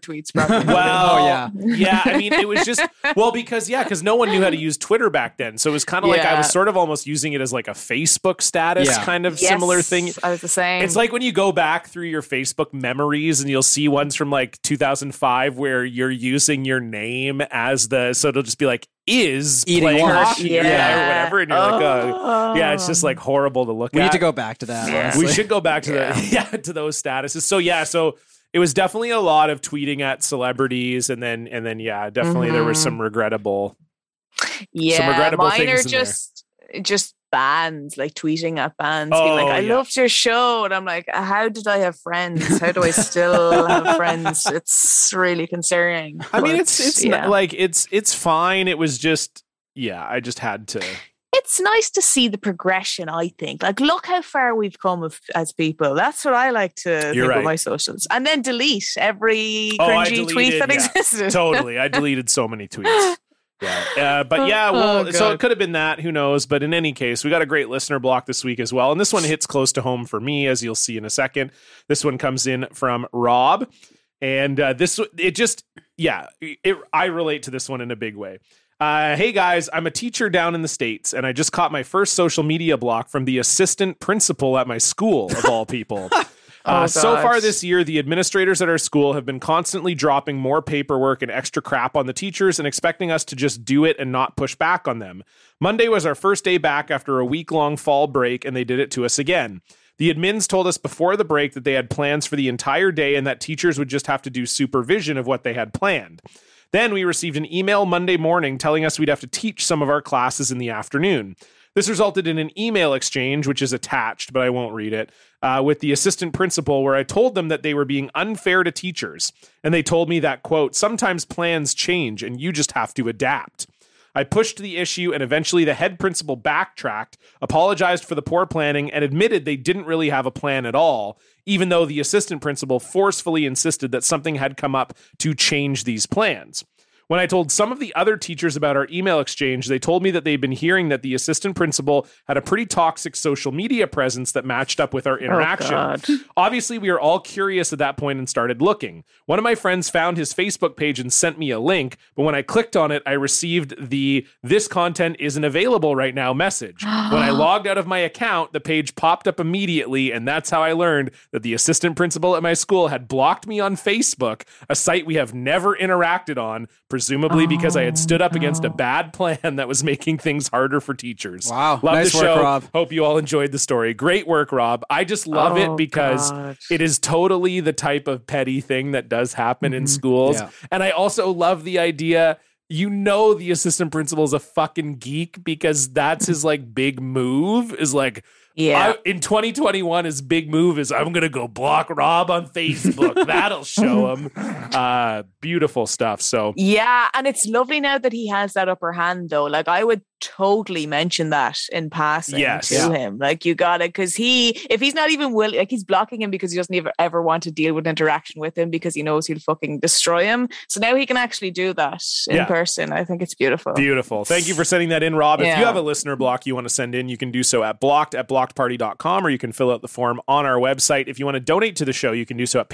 tweets, probably. Well, Oh, yeah. yeah. I mean, it was just well because yeah, because no one knew how to use Twitter back then, so it was kind of like I Yeah. was sort of almost using it as like a Facebook status Yeah. kind of similar thing. I was the same. It's like when you go back through your Facebook memories and you'll see ones from like 2005 where you're using your name as the so it'll just be like is Eating playing lunch. hockey or Yeah. whatever, and you're like, oh, yeah, it's just like horrible to look We at. need to go back to that. honestly. We should go back to the yeah to those statuses. So yeah, so it was definitely a lot of tweeting at celebrities, and then and then yeah, definitely there was Mhm. some regrettable. yeah, regrettable mine things are in there. just just bands, like tweeting at bands, being Oh, like, "I yeah. loved your show," and I'm like, "How did I have friends? How do I still have friends?" It's really concerning. I mean, but it's it's yeah. not, like it's it's fine. It was just yeah, I just had to. it's nice to see the progression. I think, like, look how far we've come of, as people. That's what I like to think right. of my socials, and then delete every Oh, I cringy deleted, tweet that yeah. existed. totally. I deleted so many tweets. Yeah. Uh, but yeah, well, Oh, so God. it could have been that. Who knows? But in any case, we got a great listener block this week as well. And this one hits close to home for me, as you'll see in a second. This one comes in from Rob. And uh, this, it just, yeah, it, I relate to this one in a big way. Uh, hey guys, I'm a teacher down in the States, and I just caught my first social media block from the assistant principal at my school, of all people. Uh, Oh, so God. far this year, the administrators at our school have been constantly dropping more paperwork and extra crap on the teachers and expecting us to just do it and not push back on them. Monday was our first day back after a week long fall break, and they did it to us again. The admins told us before the break that they had plans for the entire day and that teachers would just have to do supervision of what they had planned. Then we received an email Monday morning telling us we'd have to teach some of our classes in the afternoon. This resulted in an email exchange, which is attached, but I won't read it, uh, with the assistant principal, where I told them that they were being unfair to teachers. And they told me that, quote, sometimes plans change and you just have to adapt. I pushed the issue, and eventually the head principal backtracked, apologized for the poor planning, and admitted they didn't really have a plan at all, even though the assistant principal forcefully insisted that something had come up to change these plans. When I told some of the other teachers about our email exchange, they told me that they'd been hearing that the assistant principal had a pretty toxic social media presence that matched up with our interaction. God. Obviously, we were all curious at that point and started looking. One of my friends found his Facebook page and sent me a link, but when I clicked on it, I received the this content isn't available right now message. when I logged out of my account, the page popped up immediately, and that's how I learned that the assistant principal at my school had blocked me on Facebook, a site we have never interacted on, presumably because I had stood up against a bad plan that was making things harder for teachers. Wow. Love Nice the work, show. Rob. Hope you all enjoyed the story. Great work, Rob. I just love it Oh, because God. it is totally the type of petty thing that does happen Mm-hmm. in schools. Yeah. And I also love the idea. You know the assistant principal is a fucking geek because that's his like big move is like yeah, I- in 2021 his big move is I'm gonna go block Rob on Facebook that'll show him uh, beautiful stuff so Yeah, and it's lovely now that he has that upper hand, though. Like I would totally mention that in passing Yes. to Yeah. him. Like you got it, because he, if he's not even willing, like he's blocking him because he doesn't ever ever want to deal with interaction with him because he knows he'll fucking destroy him. So now he can actually do that in Yeah. person. I think it's beautiful. Beautiful. Thank you for sending that in, Rob. If Yeah. you have a listener block you want to send in, you can do so at blocked at blockedparty.com or you can fill out the form on our website. If you want to donate to the show, you can do so at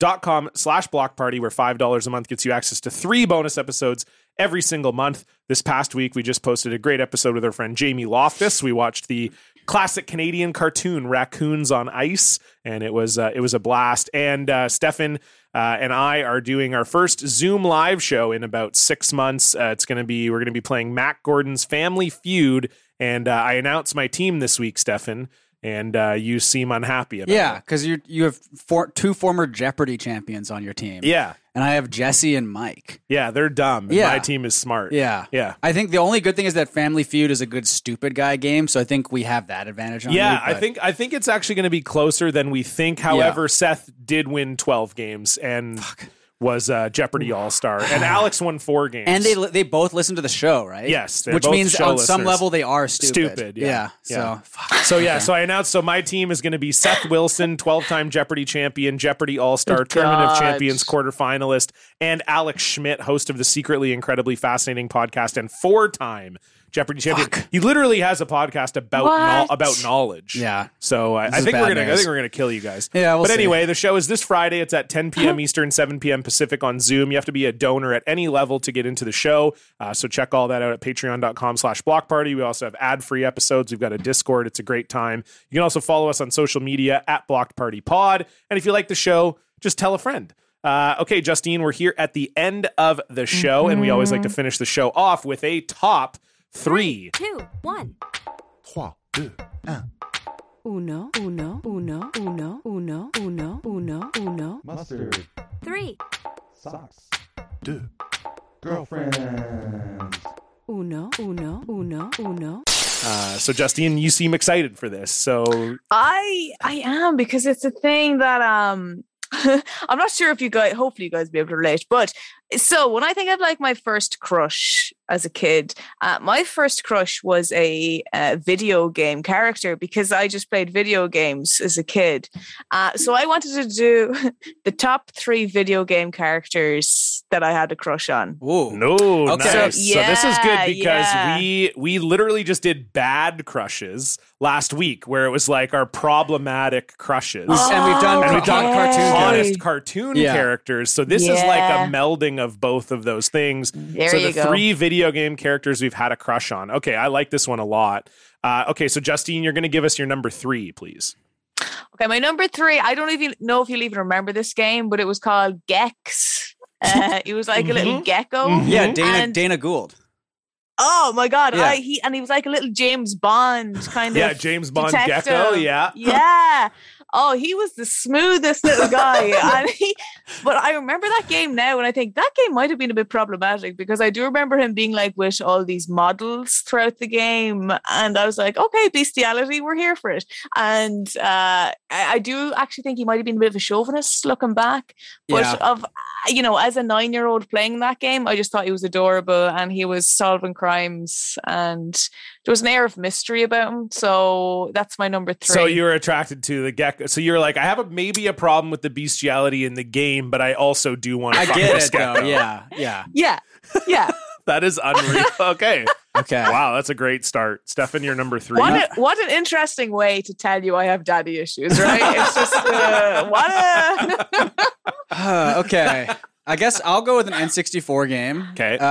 patreon.com slash blockparty, where $5 a month gets you access to three bonus episodes every single month. This past week, we just posted a great episode with our friend Jamie Loftus. We watched the classic Canadian cartoon Raccoons on Ice, and it was uh, it was a blast. And uh, Stefan uh, and I are doing our first Zoom live show in about six months. Uh, it's going to be we're going to be playing Mac Gordon's Family Feud, and uh, I announced my team this week, Stefan. And uh, you seem unhappy about Yeah, it. because you you have four, two former Jeopardy champions on your team. Yeah, and I have Jesse and Mike. yeah, they're dumb. Yeah. My team is smart. Yeah, yeah. I think the only good thing is that Family Feud is a good stupid guy game, so I think we have that advantage. on Yeah, you, I but- think I think it's actually going to be closer than we think. However, Seth did win 12 games and was uh, Jeopardy All Star, and Alex won four games. And they li- they both listen to the show, right? Yes, they're which both means show on some listeners. level they are stupid. Stupid, yeah. Yeah. So fuck. so yeah, so I announced. So my team is going to be Seth Wilson, 12 time Jeopardy champion, Jeopardy All Star, Tournament of God. Champions quarterfinalist, and Alex Schmidt, host of the secretly incredibly fascinating podcast and four time Jeopardy champion. He literally has a podcast about no- What? about knowledge. Yeah. So I, I is think we're bad gonna. I news. think we're gonna kill you guys. Yeah, we'll but see. anyway, the show is this Friday. It's at 10 p.m. Eastern, 7 p.m. Pacific on Zoom. You have to be a donor at any level to get into the show. Uh, so check all that out at Patreon.com/slash Block Party. We also have ad-free episodes. We've got a Discord. It's a great time. You can also follow us on social media at Blocked Party Pod. And if you like the show, just tell a friend. Uh, okay, Justine, we're here at the end of the show, and we always like Mm-hmm. to finish the show off with a top three. two, one. Uno, uno, uno, uno, uno, uno, uno, uno. Mustard, Three. socks, girlfriends. Uno, uno, uno, uno. Uh, so, Justine, you seem excited for this. So, I I am because it's a thing that um I'm not sure if you guys hopefully you guys will be able to relate, but so when I think of like my first crush as a kid, uh, my first crush was a uh, video game character because I just played video games as a kid. Uh, so I wanted to do the top three video game characters that I had a crush on. Ooh. no, nice. So, so this is good yeah, because yeah. we we literally just did bad crushes last week, where it was like our problematic crushes. We've- and we've done, Oh, and we've done okay. cartoon honest Okay. cartoon Yeah. characters. So this is like Yeah. a melding of both of those things. There so you the go. three video game characters we've had a crush on. Okay, I like this one a lot. Uh, okay, so Justine, you're going to give us your number three, please. Okay, my number three. I don't even know if you'll even remember this game, but it was called Gex. Uh, he was like a little gecko. Mhm. Mm-hmm. Yeah, Dana And- Dana Gould. Oh my god! Yeah. I, he and he was like a little James Bond kind Yeah, of. James Bond detective. Gecko. Yeah. Yeah. Oh, he was the smoothest little guy. and he, but I remember that game now, and I think that game might have been a bit problematic because I do remember him being like with all these models throughout the game, and I was like, okay, bestiality, we're here for it. And uh, I, I do actually think he might have been a bit of a chauvinist looking back, but Yeah. of you know, as a nine-year-old playing that game, I just thought he was adorable, and he was solving crimes, and there was an air of mystery about him. So that's my number three. So you were attracted to the gecko. So you're like, I have a, maybe a problem with the bestiality in the game, but I also do want to. I get this it though. Gecko. Yeah, yeah. yeah, yeah. that is unreal. okay, Okay. wow, that's a great start, Stefan. You're number three. What a, what an interesting way to tell you I have daddy issues, right? It's just uh, what a Uh, okay. I guess I'll go with an N64 game. Okay. Uh,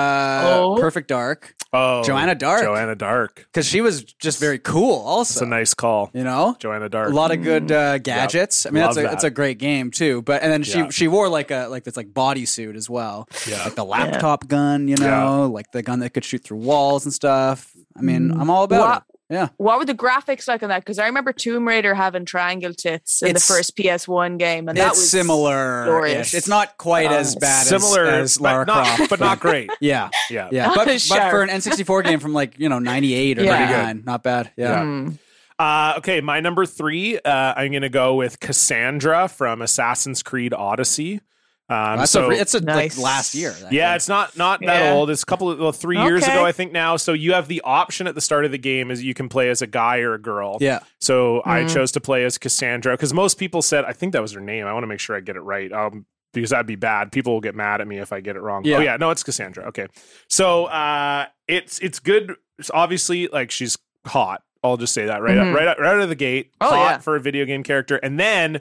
Oh. Perfect Dark. oh, Joanna Dark. Joanna Dark. Because she was just very cool, That's a also. nice call, You know? Joanna A Dark. lot of Mm. good uh, gadgets. I mean, Love that's a, that. that's a great game too. But and then she Yeah. she wore like a like this like bodysuit as well, Yeah. like the laptop gun, you know, like the gun that could shoot through walls and stuff. I mean, Mm. I'm all about What- it. Yeah, what were the graphics like on that? Because I remember Tomb Raider having triangle tits in It's- the first PS1 game, and that it's was similar. glorious. Oh. It's not quite as bad as- similar as, but Lara not, Croft, but not great. yeah, Yeah. yeah. But, but Sure. for an N64 game from like you know 98 or Yeah. Pretty good. 99, not bad. Yeah. Mm. Uh, okay, my number three. Uh, I'm gonna go with Cassandra from Assassin's Creed Odyssey. Um, That's so a, it's a, Nice. like last year. that Yeah, game. it's not not that Yeah. old. It's a couple of well, three years Okay. ago, I think now. So you have the option at the start of the game is you can play as a guy or a girl. yeah. So I Mm. chose to play as Cassandra because most people said I think that was her name. I want to make sure I get it right. Um, because that'd be bad. People will get mad at me if I get it wrong. Yeah. Oh yeah, no, it's Cassandra. Okay, so uh, it's it's good. It's obviously like she's hot. I'll just say that right Mhm. up, right out, right out of the gate. Oh, hot yeah. for a video game character, and then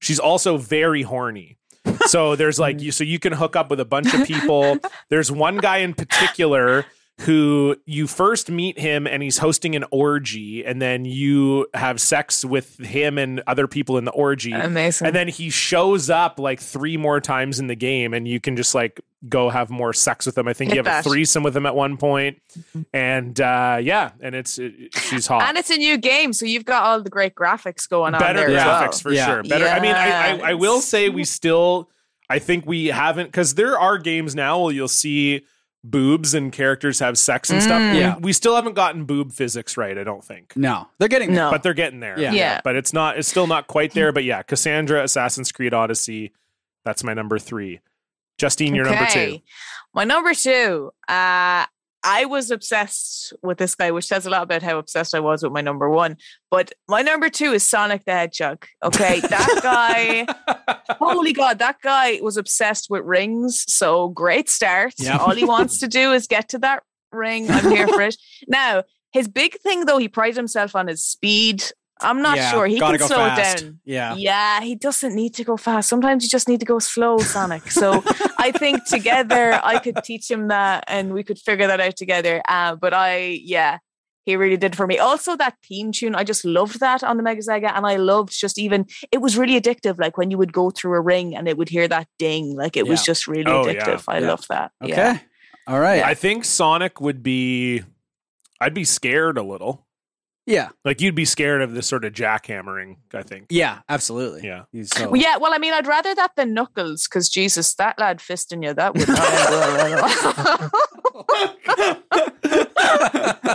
she's also very horny. so there's like you so you can hook up with a bunch of people. There's one guy in particular who you first meet him and he's hosting an orgy and then you have sex with him and other people in the orgy. Amazing. And then he shows up like three more times in the game and you can just like go have more sex with him. I think you Hit have that. a threesome with him at one point. And uh yeah, and it's it, she's hot. and it's a new game, so you've got all the great graphics going on better there. as well. graphics for Yeah. sure. Better. I mean, I, I I will Yes. say we still. I think we haven't because there are games now where you'll see boobs and characters have sex and stuff. Mm. Yeah. We, we still haven't gotten boob physics right. I don't think. No, they're getting there. No. But they're getting there. Yeah. Yeah. But it's not. It's still not quite there. But yeah, Cassandra, Assassin's Creed Odyssey. That's my number three. Justine, your number two. My number two. Uh, I was obsessed with this guy, which says a lot about how obsessed I was with my number one. But my number two is Sonic the Hedgehog. Okay, that guy. holy God, that guy was obsessed with rings. So great start. Yep. All he wants to do is get to that ring. I'm here for it. Now, his big thing though, he prides himself on his speed. I'm not Yeah, sure. He gotta can go slow fast. it down. Yeah. Yeah, he doesn't need to go fast. Sometimes you just need to go slow, Sonic. So I think together I could teach him that and we could figure that out together. Uh, but I, yeah, he really did for me. Also, that theme tune, I just loved that on the Mega Sega. And I loved just even, it was really addictive. Like when you would go through a ring and it would hear that ding, like it was Yeah. just really Oh, yeah. addictive. I Yeah. love that. Okay. Yeah. All right. I think Sonic would be. I'd be scared a little. yeah. Like you'd be scared of this sort of jackhammering. I think. Yeah. Absolutely. Yeah. He's so- Well, yeah, well, I mean, I'd rather that than Knuckles, because Jesus, that lad fisting you, that would not end well.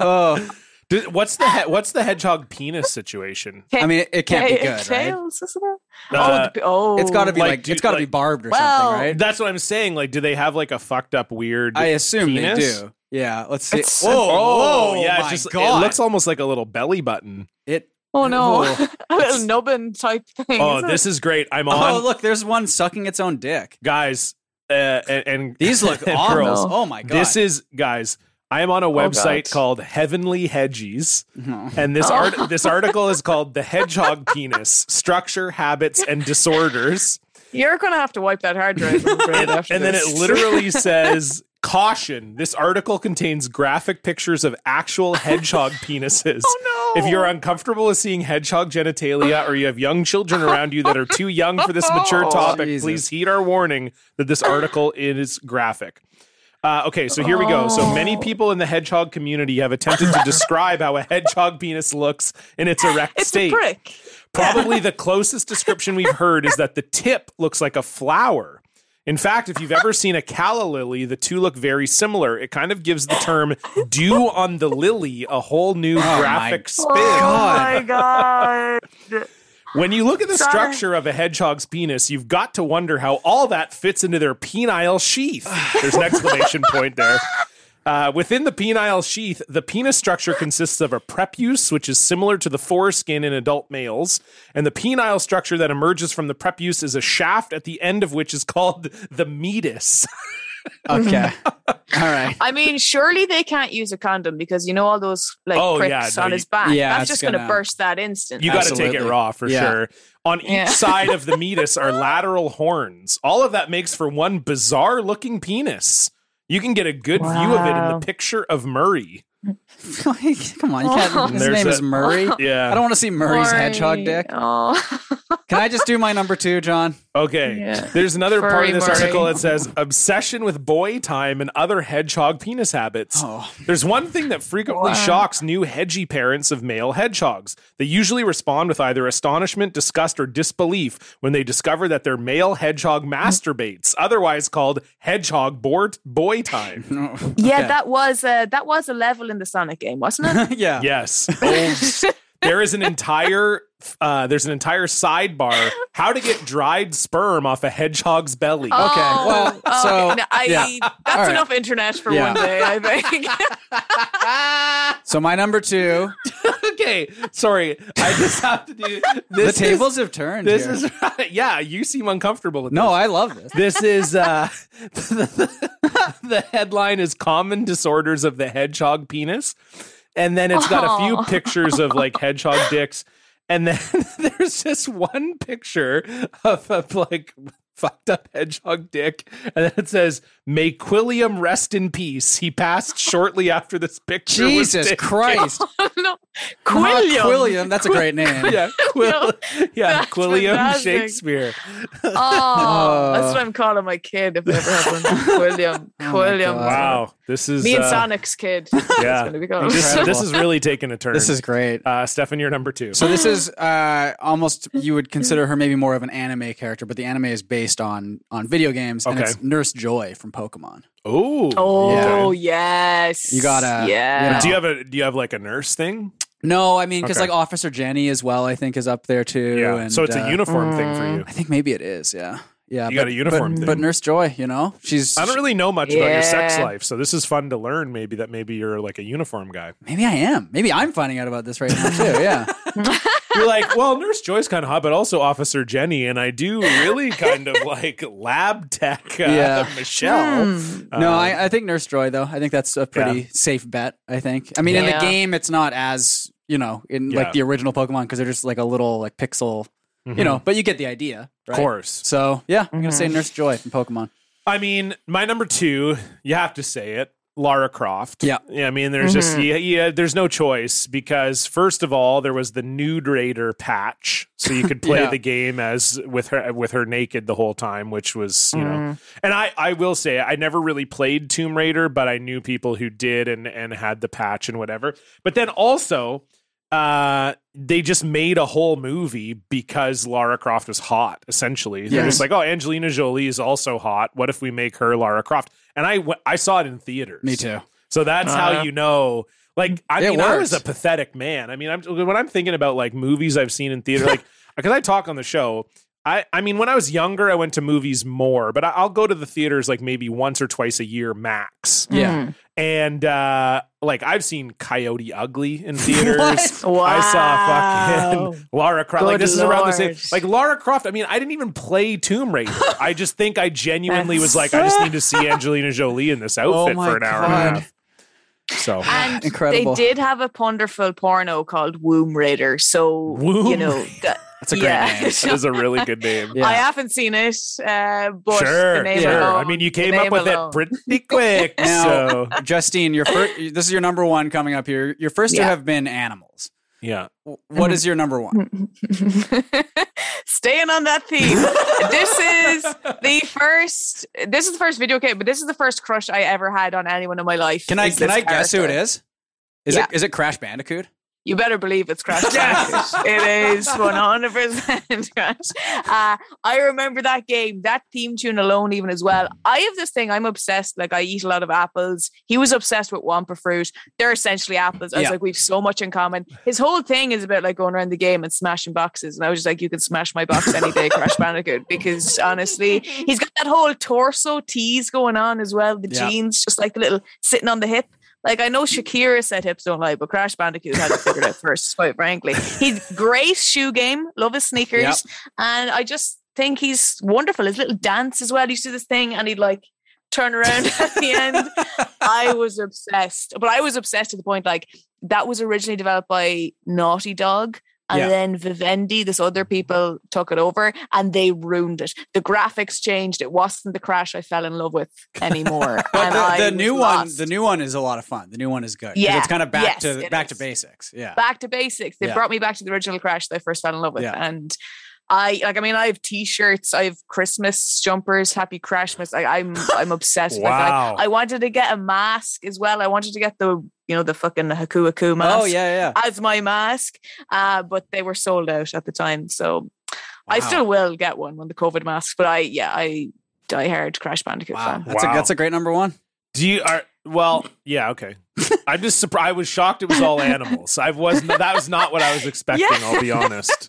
oh, Do- what's the he- what's the hedgehog penis situation? I mean, it, it can't be good, right? Tails, isn't it? Uh, oh, the- oh, It's got to be Like, like, do- it's got to be like- barbed or Well, something, right? That's what I'm saying. Like, do they have like a fucked up weird? I assume penis? they do. Yeah. Let's see. It's- whoa. Oh, whoa, yeah, my it's just God. it looks almost like a little belly button. It. Oh no, a Whoa. little It's- nubbin type thing. Oh, is this is great. I'm on, Oh, look, there's one sucking its own dick. guys, uh, and, and These look and awful. girls. Oh my god. Oh, This is guys. I am on a website God. called Heavenly Hedgies, Mhm. and this Oh. art this article is called "The Hedgehog Penis: Structure, Habits, and Disorders." it? you're gonna have to wipe that hard drive, I'm afraid, after and then this. it literally says caution this article contains graphic pictures of actual hedgehog penises Oh, no. if you're uncomfortable with seeing hedgehog genitalia or you have young children around you that are too young for this mature Oh, topic Jesus. please heed our warning that this article is graphic uh, okay, so here we go. So Oh. many people in the hedgehog community have attempted to describe how a hedgehog penis looks in its erect it's state. a prick. Probably the closest description we've heard is that the tip looks like a flower. In fact, if you've ever seen a calla lily, the two look very similar. It kind of gives the term dew on the lily a whole new my graphic spin. Oh my god. When you look at the Sorry. structure of a hedgehog's penis, you've got to wonder how all that fits into their penile sheath. There's an exclamation point there. Uh, within the penile sheath, the penis structure consists of a prepuce, which is similar to the foreskin in adult males, and the penile structure that emerges from the prepuce is a shaft at the end of which is called the meatus. okay. All right. I mean, surely they can't use a condom because you know all those like Oh, pricks yeah, no, on you- his back. Yeah, that's it's just gonna, gonna- burst that instant. You got to take it Absolutely. raw for Yeah. sure. On each Yeah. side of the meatus are lateral horns. All of that makes for one bizarre looking penis. You can get a good view of it in Wow. the picture of Murray. Come on. You Oh. can't, his There's name a- is Murray. Yeah. I don't want to see Murray's hedgehog Sorry. dick. Oh. Can I just do my number two, John? Okay. Yeah. There's another part Furry of this Murray. article that says obsession with boy time and other hedgehog penis habits. Oh. There's one thing that frequently Wow. shocks new hedgy parents of male hedgehogs. They usually respond with either astonishment, disgust, or disbelief when they discover that their male hedgehog masturbates, otherwise called hedgehog boy, boy time. Yeah, Okay. that was uh, that was a level in the Sonic game, wasn't it? yeah. Yes. Oh, there is an entire uh, there's an entire sidebar how to get dried sperm off a hedgehog's belly. Oh, well, oh, so, okay. No, I, yeah. that's All right. enough internet for Yeah. one day, I think. So my number two. okay, sorry. I just have to do this. the is- tables have turned. This here. is yeah. You seem uncomfortable with no. This. I love this. this is uh, the headline is common disorders of the hedgehog penis, and then it's got a few Aw. pictures of like hedgehog dicks, and then there's just one picture of a like fucked up hedgehog dick, and then it says, "May Quilliam rest in peace." He passed shortly after this picture. was Jesus taken. Christ. no. Not Quilliam. Quilliam. That's a great name. Yeah, Quill- yeah, that's Quilliam fantastic. Shakespeare. Oh, Uh, that's what I'm calling my kid if I ever Oh have one. William. William. Wow, this is Me and uh, Sonic's kid. That's Yeah, gonna be You called. just- this is really taking a turn. This is great. uh, Stefan, you're number two. So this is uh, almost you would consider her maybe more of an anime character, but the anime is based on on video games, and Okay. it's Nurse Joy from Pokemon. Ooh. Oh yes. You gotta- Yeah. Do you have a do you have like a nurse thing? No, I mean because Okay. like Officer Jenny as well, I think is up there too. and, so it's uh, a uniform thing for you. I think maybe it is. Yeah, yeah. You got a uniform but, thing. but Nurse Joy, you know, she's. I don't really know much about your sex Yeah. life, so this is fun to learn. Maybe that maybe you're like a uniform guy. maybe I am. Maybe I'm finding out about this right now too. Yeah. You're like, well, Nurse Joy's kind of hot, but also Officer Jenny, and I do really kind of like lab tech uh, Yeah. Hmm. Michelle. Hmm. no, Um, I, I think Nurse Joy though. I think that's a pretty safe bet. I think. I mean, in Yeah. the game, it's not as you know in Yeah. like the original Pokemon because they're just like a little like pixel, Mm-hmm. you know. But you get the idea, of right? course. So yeah, I'm gonna say Mm-hmm. Nurse Joy from Pokemon. I mean, my number two, you have to say it, Lara Croft. Yeah. I mean, there's just yeah, yeah, there's no choice because first of all, there was the nude raider patch, so you could play Yeah. the game as with her with her naked the whole time, which was you know. And I I will say I never really played Tomb Raider, but I knew people who did and and had the patch and whatever. But then also. Uh, they just made a whole movie because Lara Croft was hot. Essentially, they're Yes. just like, "Oh, Angelina Jolie is also hot. What if we make her Lara Croft?" And I, w- I saw it in theaters. Me too. Uh-huh. So that's how you know. Like, I It mean, I was a worked. pathetic man. I mean, I'm when I'm thinking about like movies I've seen in theater, like because I talk on the show. I, I mean, when I was younger, I went to movies more, but I, I'll go to the theaters like maybe once or twice a year max. Mm-hmm. Yeah. And uh, like I've seen Coyote Ugly in theaters. Wow. I saw fucking Lara Croft. like Good this is around the same. lord. Like Lara Croft. I mean, I didn't even play Tomb Raider. I just think I genuinely was like, I just need to see Angelina Jolie in this Oh outfit my for an hour and a God. half. So And Incredible. they did have a wonderful porno called Womb Raider. So, you Womb know, that, That's a great Yeah. name. that is a really good name. Yeah. I haven't seen it, uh, but the Sure, name sure. I alone- mean, you the came up name with alone. it pretty quick. Now- so Justine, your first. This is your number one coming up here. Your first two Yeah. have been animals. yeah, W- What is your number Hmm. one? Staying on that theme, this is the first. This is the first video game, but this is the first crush I ever had on anyone in my life. Can I is can this I guess who it character. is? Is Yeah. it is it Crash Bandicoot? You better believe it's Crash Bandicoot. it is 100% Crash. Uh, I remember that game, that theme tune alone, even as well. I have this thing, I'm obsessed. Like, I eat a lot of apples. He was obsessed with Wampa fruit. They're essentially apples. I was Yeah. like, we've so much in common. His whole thing is about like going around the game and smashing boxes. And I was just like, you can smash my box any day, Crash Bandicoot, because honestly, he's got that whole torso tease going on as well. The Yeah. jeans, just like the little sitting on the hip. Like I know Shakira said hips don't lie, but Crash Bandicoot had it figured out first, quite frankly. He's great shoe game, love his sneakers. Yep. And I just think he's wonderful. His little dance as well. He used to do this thing and he'd like turn around at the end. I was obsessed. But I was obsessed to the point like that was originally developed by Naughty Dog. And Yeah. then Vivendi, this other people took it over and they ruined it. The graphics changed. It wasn't the crash I fell in love with anymore. and But I the, the was new lost. one, the new one is a lot of fun. The new one is good. 'Cause Yeah. it's kind of back Yes, to it back to is. basics. Yeah, back to basics. They Yeah. brought me back to the original Crash that I first fell in love with. Yeah. And I like, I mean, I have t-shirts, I have Christmas jumpers, happy Crashmas. I, I'm I'm obsessed with Wow. that. I wanted to get a mask as well. I wanted to get the you know the fucking Haku Haku mask Oh yeah, yeah. as my mask. Uh, but they were sold out at the time. So I Wow. still will get one when the COVID masks. But I yeah, I die hard Crash Bandicoot Wow, fan. that's Wow. a that's a great number one. do you are well? Yeah, okay. I'm just surprised. I was shocked it was all animals. I wasn't. That was not what I was expecting. Yeah. I'll be honest.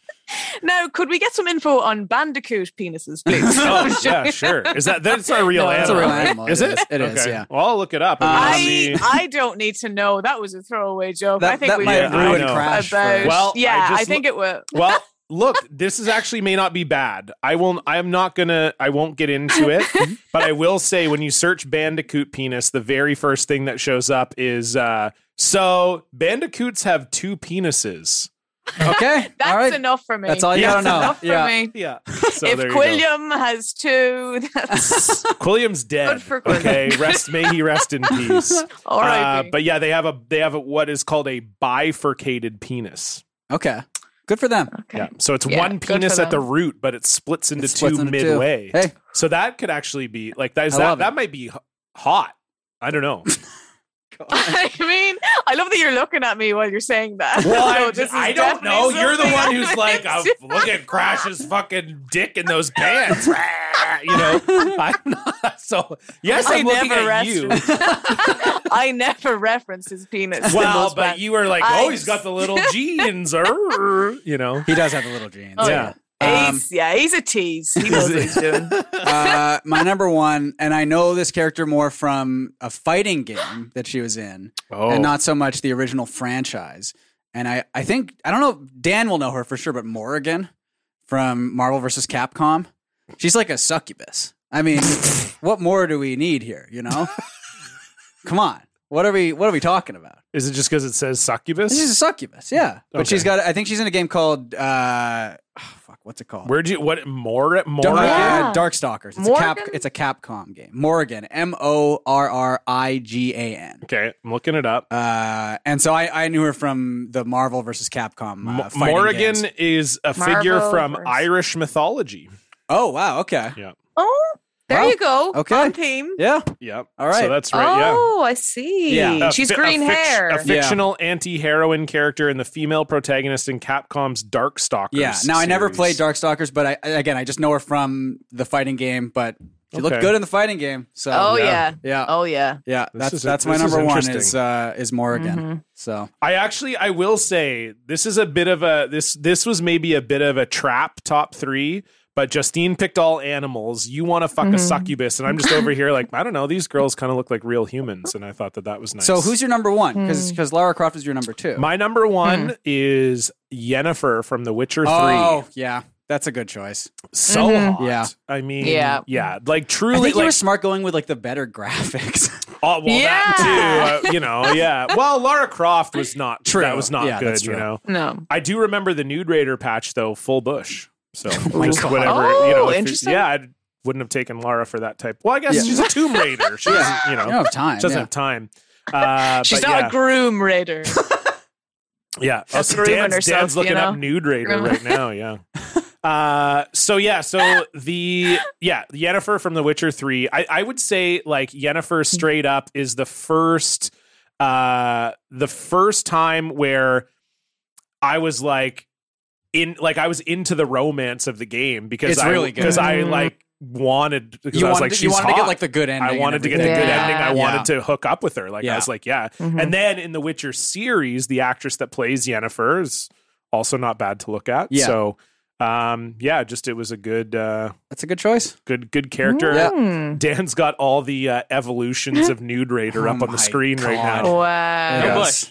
Now, could we get some info on Bandicoot penises, please? oh yeah, sure. Is that that's a real No, animal? it's That's a real right? animal. Is it? It is. Okay. Yeah. Well, I'll look it up. I mean, I I'll see- I don't need to know. That was a throwaway joke. That, I think that we might did Yeah, I ruin know. Crash. about. for- Well, I yeah, I, just think it will. well, look, this is actually may not be bad. I will. I am not gonna. I won't get into it. but I will say, when you search Bandicoot penis, the very first thing that shows up is uh, so Bandicoots have two penises. okay. That's all right. enough for me. That's all you That's gotta know. Enough for Yeah. me. Yeah. So there if you go. Quilliam has two, that's Quilliam's dead. Good for Quilliam. okay, rest may he rest in peace. all right. Uh, but yeah, they have a they have a, what is called a bifurcated penis. Okay. Good for them. okay. Yeah. So it's Yeah, one good for penis at the them. root, but it splits into It splits two into two. midway. Hey. So that could actually be like that. Is I that love it. that might be h- hot? I don't know. I mean, I love that you're looking at me while you're saying that. So this is definitely something I meant "Oh, to- uh, look at Crash's fucking dick in those pants. you know, I'm not. So yes, I I'm looking never at rest- you. I never referenced his penis. in Well, those but bands. you were like, oh, I- he's got the little jeans. err, you know. He does have the little jeans. Oh, yeah. Um, He's, yeah, he's a tease. He knows what he's doing. uh, my number one, and I know this character more from a fighting game that she was in, Oh. and not so much the original franchise. and I, I think I don't know. Dan will know her for sure, but Morrigan from Marvel vs. Capcom, she's like a succubus. I mean, what more do we need here? You know, come on. What are we What are we talking about? Is it just because it says She's a succubus? succubus, yeah. But Okay. she's got. I think she's in a game called. Uh, oh, fuck, what's it called? Where'd you what more more? Dark, Yeah. uh, Darkstalkers. It's a cap. Morgan? It's a Capcom game. Morgan. M O R R I G A N. Okay, I'm looking it up. Uh, and so I, I knew her from the Marvel versus Capcom uh, Mo- fighting Morrigan games. is a figure Marvel from versus- Irish mythology. Oh wow. Okay. Oh, there Wow. you go. Okay. On theme. Yeah. Yep. All right. So that's right. yeah. Oh, I see. Yeah. A She's fi- a green fic- hair. A Yeah. fictional anti-heroine character and the female protagonist in Capcom's Darkstalkers. Yeah. Now I never series. played Darkstalkers, but I I- again I just know her from the fighting game. But she looked Okay. good in the fighting game. So oh yeah. yeah. Oh yeah. Yeah, This that's is- that's my this is number one interesting. is uh, is Morrigan. Mm-hmm. So I actually I will say this is a bit of a this this was maybe a bit of a trap top 3 but Justine picked all animals. You want to fuck a succubus and I'm just over here like I don't know these girls kind of look like real humans and I thought that that was nice. so who's your number one? Because Hmm. Lara Croft is your number two. My number 1 is Yennefer from The Witcher 3. oh yeah, that's a good choice. So hot. Yeah. I mean Yeah. yeah, like I truly think you like were smart going with like the better graphics. Oh well, that too. Yeah. Uh, you know, yeah. Well, Lara Croft was not True. That was not Yeah, good. that's You true. know, No. I do remember the Nude Raider patch though, full bush. So my just God. whatever. Oh, you know, if it- interesting. yeah, I wouldn't have taken Lara for that type. Well, I guess Yeah. she's a Tomb Raider. She doesn't, you know, you don't have time. she doesn't yeah. have time. Uh, She's but not a groom raider. yeah, yeah. Also, grooming Dan's, herself, Dan's you looking up know? Nude Raider Grooming. right now. Yeah. Uh, so yeah, so the yeah, Yennefer from The Witcher Three. I, I would say like Yennefer straight up is the first uh the first time where I was like in like I was into the romance of the game because It's I really good. because I Mhm. like wanted because You I was wanted, like to- she's you wanted to hot. get like the good ending. I and wanted to get the everything. good Yeah. ending. I Yeah. wanted to hook up with her. Like I Yeah. was like, yeah. Mhm. Hmm. And then in the Witcher series, the actress that plays Yennefer is also not bad to look at. Yeah. So um yeah, just it was a good uh That's a good choice. good good character. Yeah. Hmm. Dan's got all the uh, evolutions of Nude Raider Oh up on the my screen right God. now. Oh, Wow. Yeah. Bush.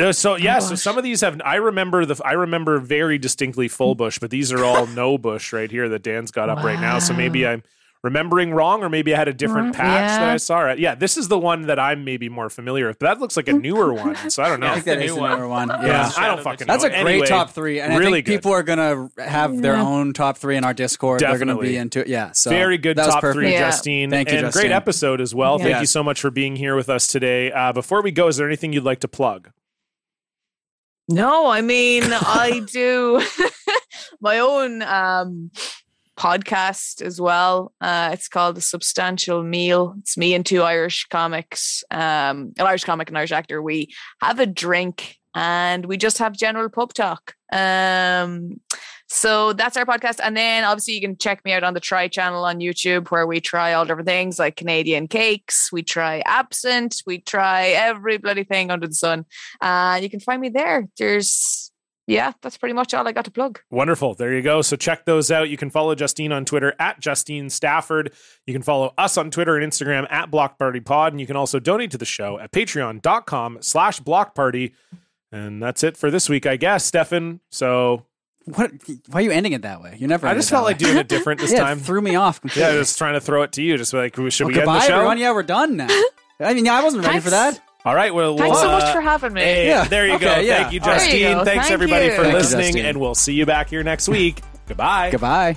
Uh, so yeah, so Bush. some of these have I remember the I remember very distinctly full bush, but these are all no bush right here that Dan's got up right now. So maybe I'm remembering wrong, or maybe I had a different Mm, patch that yeah. I saw. It. Yeah, this is the one that I'm maybe more familiar with, but that looks like a newer one. So I don't know. I Yeah, think that the is new the one. number one. Yeah. Yeah. I don't fucking. That's know. a great Anyway, top three, and I really think people are gonna have their own top three in our Discord. They're gonna Definitely. be into it. Yeah, so Very good that was top perfect. three, Yeah. Justine. Thank you, and Justine. great episode as well. Thank Yes. you so much for being here with us today. Uh, before we go, is there anything you'd like to plug? No, I mean I do my own um podcast as well. Uh it's called The Substantial Meal. It's me and two Irish comics, um an Irish comic and Irish actor. We have a drink and we just have general pub talk. Um so that's our podcast. And then obviously you can check me out on the Try channel on YouTube where we try all different things like Canadian cakes, we try absinthe, we try every bloody thing under the sun. Uh, you can find me there. There's, yeah, that's pretty much all I got to plug. Wonderful. There you go. So check those out. You can follow Justine on Twitter at Justine Stafford. You can follow us on Twitter and Instagram at Block Party Pod. And you can also donate to the show at patreon.com slash block party. And that's it for this week, I guess, Stefan. So What? Why are you ending it that way? You never. I ended just it felt that like way. doing it different this yeah, it time. threw me off yeah, completely. I was trying to throw it to you. Just like, should Well, we end the goodbye, show? everyone. Yeah, we're done now. I mean, yeah, I wasn't ready for Thanks. that. All right. Well, Thanks so uh, much for having me. hey, Yeah. There you go. Okay, yeah. Thank you, All right. Justine. There you go. Thanks Thank everybody you. for Thank you, listening. Justine. and we'll see you back here next week. Goodbye. Goodbye.